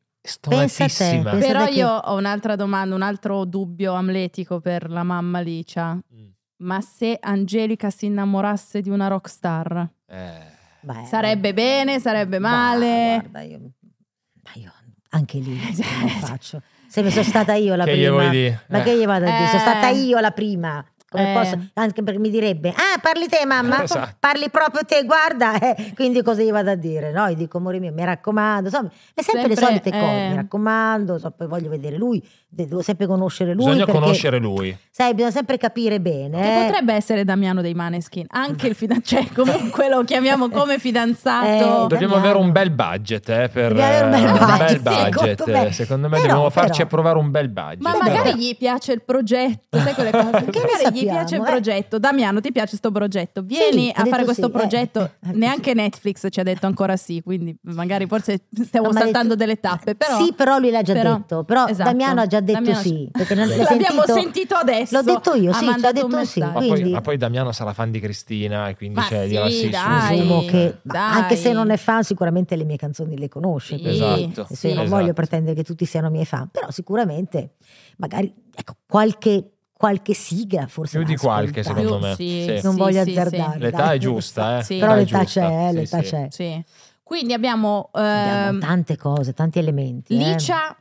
stonatissima. Pensa Però che- io ho un'altra domanda, un altro dubbio amletico per la mamma Licia. Mm. Ma se Angelica si innamorasse di una rockstar, Eh, Beh, Sarebbe bene, sarebbe ma male. guarda, io, ma io anche lì Eh, non lo cioè, faccio. Se mi sono stata io la che gli vuoi prima. dire? Ma Eh. che gli vado a dire? Eh. Sono stata io la prima. Come Eh. posso? Anche perché mi direbbe, ah, parli te mamma, Esatto. parli proprio te, guarda, eh, quindi cosa gli vado a dire? No, gli dico, amore mio, mi raccomando, insomma, è sempre, Sempre, le solite cose, eh. mi raccomando, so, poi voglio vedere lui, de- devo sempre conoscere lui. Bisogna perché, Oh, conoscere lui. Sai, bisogna sempre capire bene. Che eh. potrebbe essere Damiano dei Maneskin, anche il fidanzato, comunque lo chiamiamo come fidanzato. Eh, Dobbiamo Damiano. avere un bel budget eh, per Dobbiamo avere un bel eh, budget, budget, secondo me. eh. Secondo me Però, dobbiamo farci però. approvare un bel budget. Ma Vabbè. magari gli piace il progetto, sai quelle cose? Che Magari ne gli sappiamo, piace il eh? progetto. Damiano, ti piace sto progetto? Vieni Sì, ha a fare detto questo sì, eh. progetto. Ha detto Neanche sì. Netflix ci ha detto ancora sì, quindi magari forse stiamo Ah, ma ha saltando detto- delle tappe. Però sì, però lui l'ha già però- detto. Però esatto. Damiano ha già detto Damiano- sì. Perché non l'hai L'abbiamo sentito, sentito adesso. L'ho detto io, Ha sì, ci ha mandato un detto sì. messaggio. Ma, poi, Quindi- ma poi Damiano sarà fan di Cristina e quindi Ma cioè, sì, dirà sì, dai, su, Presumo su. Diciamo che, ma dai. anche se non è fan, sicuramente le mie canzoni le conosce. Sì, quindi- Esatto. Adesso io non Esatto. voglio pretendere che tutti siano miei fan, però sicuramente magari ecco, qualche, qualche sigla forse. Più l'ha di qualche, ascoltata. secondo me. Sì, Sì. sì, Non voglio sì, azzardare. sì. L'età dai. è giusta, eh. Sì. Però L'età è l'età giusta. c'è, Sì, l'età sì. c'è. Sì. Quindi abbiamo, Abbiamo ehm, tante cose, tanti elementi. eh. Licia,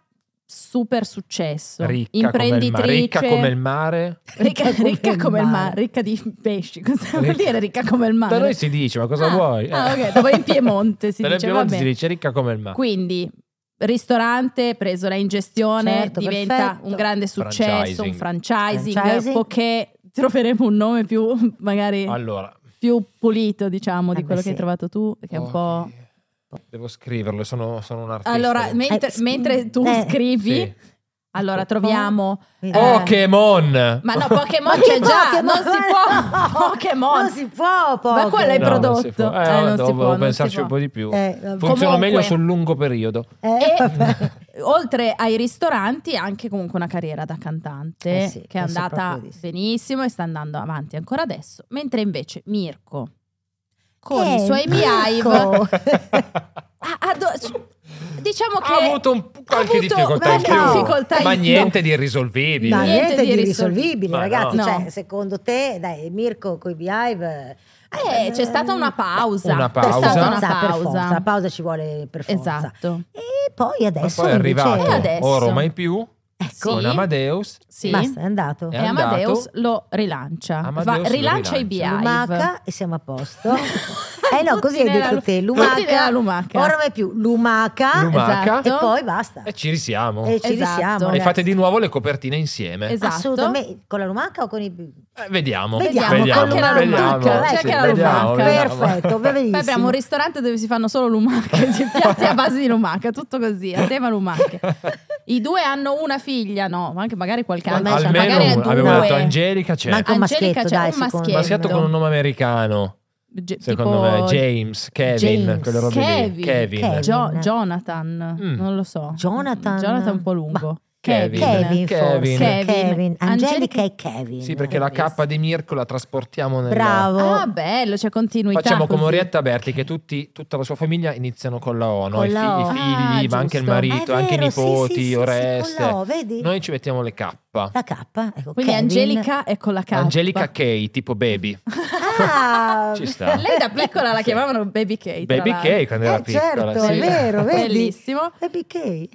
super successo, Ricca come, il mare, imprenditrice, ricca come il mare. ricca, Ricca come ricca il come il mare. mare, ricca di pesci. Cosa vuol Ricca- dire ricca come il mare? Da noi si dice, ma cosa Ah, vuoi? ah, Eh. ok, da voi in Piemonte si Da noi in dice, Piemonte vabbè. si dice ricca come il mare. Quindi ristorante preso la in gestione Certo, diventa perfetto. un grande successo, un franchising, Franchising. poché troveremo un nome più magari Allora, più pulito, diciamo, Eh di beh, quello sì. che hai trovato tu, che è Oh, un po' po'. Devo scriverlo, sono, sono un artista. Allora, Sì. mentre, Eh, mentre tu eh. scrivi, Sì. allora troviamo Vedi? eh, Pokémon! Ma no, Pokémon Ma c'è che già, Pokémon? non si può. Pokémon. Non si può, Ma quello è Pokémon. No, non prodotto. si può. Eh, Eh, vabbè, non si dovevo può, non si pensarci un può. po' di più. Eh, vabbè. Funziona Comunque- meglio sul lungo periodo. Eh, E- vabbè. Oltre ai ristoranti, anche comunque una carriera da cantante Eh sì, che è penso andata proprio di sì. benissimo e sta andando avanti ancora adesso. Mentre invece Mirko con Eh, i suoi Beehive Mirko. ha- ha do- Oh. diciamo che ha avuto un- qualche avuto difficoltà in qualche più, difficoltà in ma più. niente di irrisolvibile. No, Niente niente di di irrisolvibile, ma irrisolvibile, ragazzi. no. No. Cioè, secondo te, dai, Mirko coi Beehive. Eh, c'è stata una pausa. Una C'è stata una Per forza, per pausa. forza. La pausa ci vuole per forza. Esatto. E poi Ma adesso poi è invece- arrivato E certo. adesso? Oro mai più Ecco. con Sì. Amadeus. Sì. Basta, è andato. È e Amadeus andato. lo rilancia. Va- Amadeus lo rilancia i rilancia. Beehive. Lumaca e siamo a posto. eh no, così hai Tutti nella- detto te. tutti nella Lumaca. lumaca. Ora non è più Lumaca. Lumaca. Esatto. E poi basta. E ci risiamo. E ci Esatto. risiamo. E ragazzi. fate di nuovo le copertine insieme. Esatto. Assolutamente. Con la Lumaca o con i... Eh, vediamo. Vediamo, vediamo, con la vediamo, lumaca. C'è sì, che la vediamo, lumaca. vediamo. Perfetto, benissimo. Poi abbiamo un ristorante dove si fanno solo lumache, cioè piatti a base di lumaca, tutto così, a tema lumache. I due hanno una figlia, no, ma anche magari qualche Ma altro. almeno magari Almeno è uno. due. Abbiamo detto Angelica certo. c'è. Manco- Anche un Angelica maschietto, c'è dai, un secondo me. maschietto. Maschietto con un nome americano. Ge- Secondo tipo me, James, Kevin, James, quelle robe lì. Kevin. Kevin. Kevin. Jo- Jonathan, Mm. non lo so. Jonathan? Jonathan un po' lungo. Ma- Kevin. Kevin, Kevin. forse. Kevin. Kevin. Angelica Angelica- e Kevin. Sì, perché la K di Mirko la trasportiamo nella... Bravo. Ah, bello, c'è continuità. Facciamo come così. Orietta Berti che tutti, tutta la sua famiglia iniziano con la O, no? Con I, fi- la O. i Ah, figli, ma anche il giusto. Ma è marito, anche i vero, sì, nipoti, sì, sì, sì, con Oreste. la O, vedi? Noi ci mettiamo le K. La K, ecco, Quindi Kevin. Angelica è con la K. Angelica K, tipo baby. Ah, Ci sta. Lei da piccola la Sì. chiamavano Baby Kate. Baby K quando era Eh, piccola. certo, sì. è vero, vedi? Bellissimo. Happy K. eh.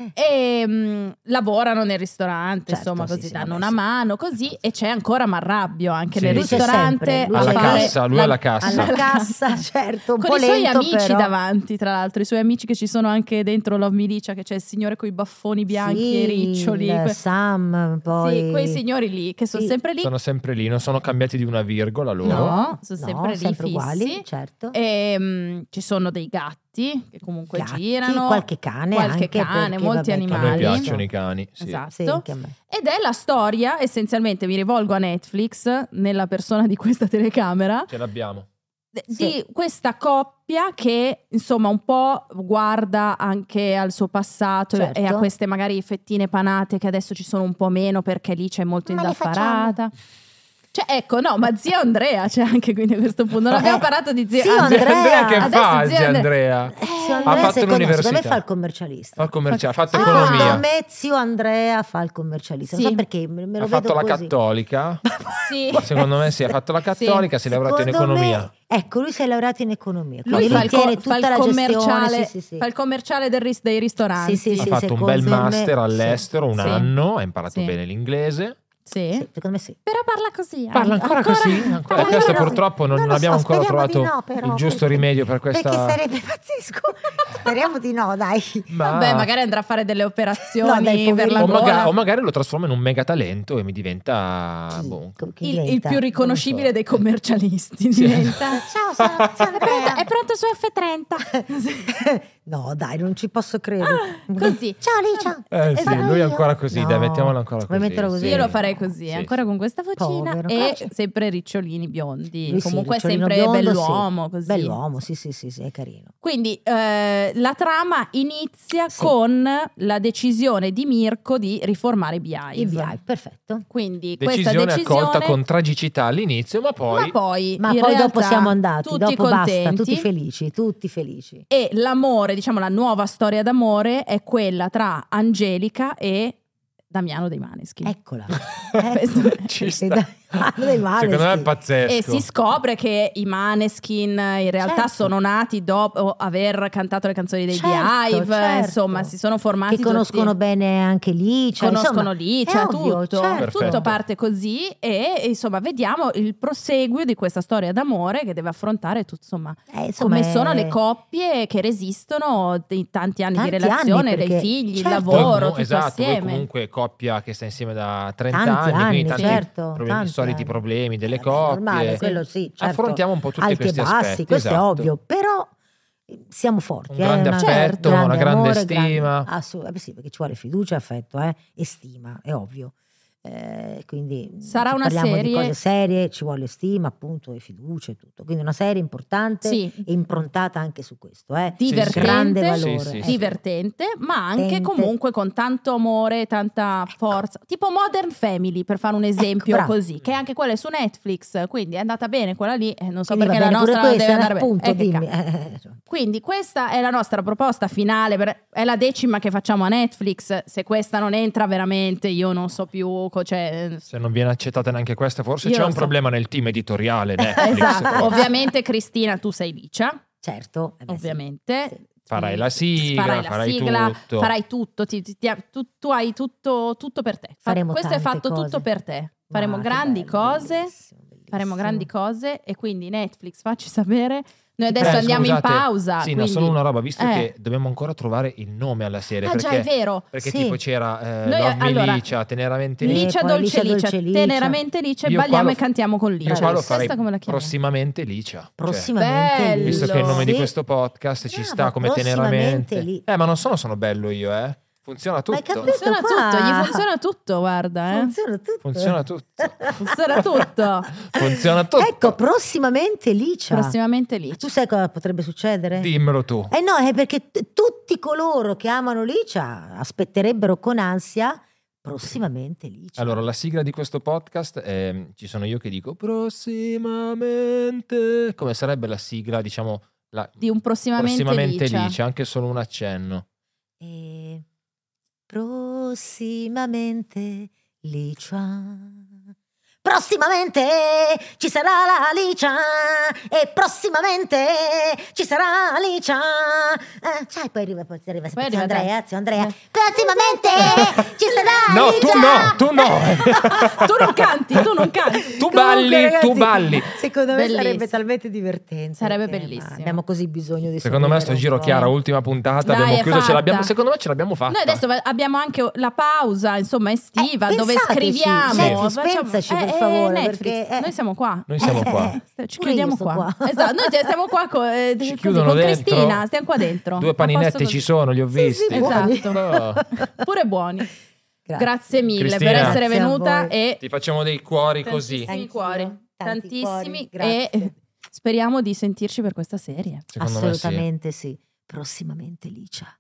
E mh, lavorano nel ristorante, Certo, insomma, sì, così sì, danno vabbè, una sì. mano, così. E c'è ancora Marrabbio anche Sì, nel lui c'è ristorante. sempre, lui a c'è Alla fare cassa, lui alla cassa. Alla cassa, certo, un Con po' i suoi lento, amici però. davanti, tra l'altro, i suoi amici che ci sono anche dentro Love Milicia, che c'è il signore con i baffoni bianchi Sì, e riccioli. il Que- Sam, poi... Sì, quei signori lì che sono Sì. sempre lì. Sono sempre lì, non sono cambiati di una virgola loro. No, sono No, sempre lì fissi. uguali, certo. E, mh, Ehm, ci sono dei gatti che comunque Gatti, girano. qualche cane qualche anche, cane, perché, molti vabbè, A animali. noi Mali. piacciono i cani. Sì. Esatto. Sì, anche a me. Ed è la storia, essenzialmente, mi rivolgo a Netflix, nella persona di questa telecamera, Ce l'abbiamo. d- Sì. di questa coppia che insomma un po' guarda anche al suo passato e- Certo. e a queste magari fettine panate che adesso ci sono un po' meno perché lì c'è molto Ma le indaffarata. Cioè, ecco, no, ma zia Andrea c'è anche quindi a questo punto. Non abbiamo Eh, parlato di zia zio ah, Andrea. che Adesso fa zio zio Andre- Andrea? Eh, Zio Ha fatto Andrea, secondo, me- secondo me l'università. fa il commercialista. Fa il commerciale, ha fatto Ah, economia. Secondo me zio Andrea fa il commercialista. Non Sì. so perché me me lo ha vedo fatto la così. cattolica. Sì. Secondo me sì, ha fatto la cattolica, si è laureato in Secondo economia. me- ecco, lui si è laureato in economia. Lui quindi fa lui il, co- tiene fa il tutta la commerciale, gestione. Sì, sì, sì. fa il commerciale del ris- dei ristoranti. Sì, ha sì, fatto un bel secondo me- master all'estero, un Sì. anno, ha imparato Sì. bene l'inglese. Sì. Sì, secondo me sì. Però parla così. eh. Parla ancora così? Ancora E questo così. purtroppo non, Non lo abbiamo so, ancora speriamo di trovato no, però, il giusto perché- rimedio per Perché questa... sarebbe pazzesco. Speriamo di no, dai. Ma- Vabbè, magari andrà a fare delle operazioni No, dai, per la o, poverino. gola. maga- o magari lo trasforma in un mega talento e mi diventa... boh, un Chi- chi il, il diventa? più riconoscibile so. dei commercialisti Sì. diventa. Ciao, sono zio È pronto, è Andrea. pronto su F30. Sì. No, dai, non ci posso credere. Ah, Così. Ciao Licia. Eh sì, Esatto. lui è ancora così, No. dai, mettiamolo ancora così. Vuoi metterlo così? sì. Io lo farei così, eh, Sì, ancora con questa vocina Povero, e cazzo. sempre ricciolini biondi. Lui sì, Comunque ricciolino sempre biondo, bell'uomo. sì. Così. Bell'uomo, sì, sì, sì, sì, è carino. Quindi eh, la trama inizia Sì. con la decisione di Mirko di riformare I Beehive. VI, perfetto. Quindi Decisione, questa decisione accolta con tragicità all'inizio, ma poi... ma poi, Ma in poi dopo realtà, siamo andati, tutti dopo basta, contenti. tutti felici, tutti felici. E l'amore, diciamo la nuova storia d'amore è quella tra Angelica e Damiano dei Maneschi. Eccola. Questo Eccola. Ci sta. E eh, dai, hanno dei mali, Secondo me è sì. pazzesco. E si scopre che i Maneskin eh, in realtà Certo. sono nati dopo aver cantato le canzoni dei Certo, Beehive, certo. insomma si sono formati Che conoscono tutti. bene anche lì. Cioè, conoscono insomma, lì, è c'è ovvio, tutto, certo. cioè, tutto Perfetto. parte così e insomma vediamo il proseguio di questa storia d'amore che deve affrontare tutto, insomma Eh, insomma, come sono è- le coppie che resistono di tanti anni Tanti di relazione, anni, dei perché- figli, il certo. Poi lavoro, comu- tutto esatto, assieme. Voi comunque coppia che sta insieme da 30 Tanti anni, anni, quindi tanti certo, problemi, tanti soliti anni. problemi delle Eh, beh, coppie. normale, quello sì, certo. Affrontiamo un po' tutti alti questi e bassi, aspetti. questo esatto. è ovvio, però eh, siamo forti. Un eh, grande una- affetto, grande una grande amore, stima. grande- assu- eh, beh, sì, perché ci vuole fiducia, affetto eh, e stima, è ovvio. Eh, quindi mm, Sarà se una parliamo serie- di cose serie, ci vuole stima, appunto, e fiducia e tutto. Quindi una serie importante Sì. e improntata anche su questo, eh. sì. Divertente, grande Sì, valore. sì, eh. sì. divertente, ma anche Tente. comunque con tanto amore, tanta forza. Tipo Modern Family, per fare un esempio Ecco. bravo. così, che anche quella è su Netflix, quindi è andata bene quella lì, eh, non so Quindi perché va la bene, pure nostra non deve questa, andare bene. appunto, Eh, che dimmi. cazzo. Eh, eh, Quindi questa è la nostra proposta finale, per- è la decima che facciamo a Netflix, se questa non entra veramente io non so più, co- cioè, Se non viene accettata neanche questa, forse Io c'è lo un so. problema nel team editoriale. Netflix, forse. Esatto, ovviamente Cristina tu sei licia, certo, eh beh, sì. ovviamente. Sì. Farai la sigla, farai, farai, la sigla, tutto. farai tutto, ti- ti- ti- tu, tu hai tutto, tutto per te. Fa- Faremo questo è tante fatto cose. tutto per te. Faremo Ma che grandi bello, cose, bellissimo, bellissimo. faremo grandi cose e quindi Netflix facci sapere. Noi Eh, adesso andiamo scusate, in pausa. Sì, no, quindi- solo una roba, visto Eh. che dobbiamo ancora trovare il nome alla serie. Ah già, perché è vero. perché Sì. tipo c'era eh, Noi- Love Me allora, Licia, Teneramente Eh, Licia, poi dolce, Licia, licia, dolce, licia. teneramente licia, e Io qua balliamo lo- e cantiamo con licia. Io qua lo Questa farei come la chiami? prossimamente Licia. Cioè, prossimamente Bello. lì. visto che il nome di Sì. Ah, questo podcast ci Brava, sta come prossimamente teneramente. lì. Eh, ma non sono, sono bello io, eh. Funziona Ma hai tutto. capito? Funziona qua. tutto, gli funziona tutto, guarda. Eh. Funziona tutto. Funziona tutto. Funziona tutto. Funziona tutto. Ecco, prossimamente Licia. Prossimamente lì. Ma Tu sai cosa potrebbe succedere? Dimmelo tu. Eh no, è perché t- tutti coloro che amano Licia aspetterebbero con ansia prossimamente Licia. Allora, la sigla di questo podcast ehm, ci sono io che dico prossimamente. Come sarebbe la sigla, diciamo, la, Di un prossimamente, prossimamente lì? licia. C'è anche solo un accenno. E prossimamente Licia. Prossimamente ci sarà la Licia e prossimamente ci sarà Licia. Eh, sai, poi arriva, poi arriva, Poi sempre zio arriva Andrea, zio Andrea. Eh. Prossimamente ci sarà No, Licia. tu no, tu no. tu non canti, tu non canti. tu Comunque, balli, tu ragazzi, balli. Secondo me sarebbe Bellissimo. talmente divertente. Sarebbe perché, ma bellissimo. Abbiamo così bisogno di Secondo me sto sopravvivere giro un po'. Chiara, ultima puntata, Dai, abbiamo è chiuso, ce fatta. l'abbiamo, secondo me ce l'abbiamo fatta. Noi adesso va- abbiamo anche la pausa, insomma, estiva, Eh, dove pensateci, scriviamo. Netflix, facciamo- eh, pensaci, per favore, Netflix, perché, eh. Noi siamo qua. Noi siamo Eh, qua. eh, Eh, Ci pure io chiudiamo sto qua. Esatto, noi ci- siamo qua co- eh, Ci così, chiudono con dentro. Cristina, stiamo qua dentro. Due A posto paninette così. ci sono, li ho Sì, visti. Oh, sì, buoni. Esatto. No. Pure buoni. eh. Grazie, mille Cristina. per essere Grazie a venuta voi. e Ti facciamo dei cuori così. Tantissimi Anch'io, cuori, tanti tantissimi cuori, grazie. e speriamo di sentirci per questa serie. Secondo me sì. Assolutamente sì. Prossimamente Licia.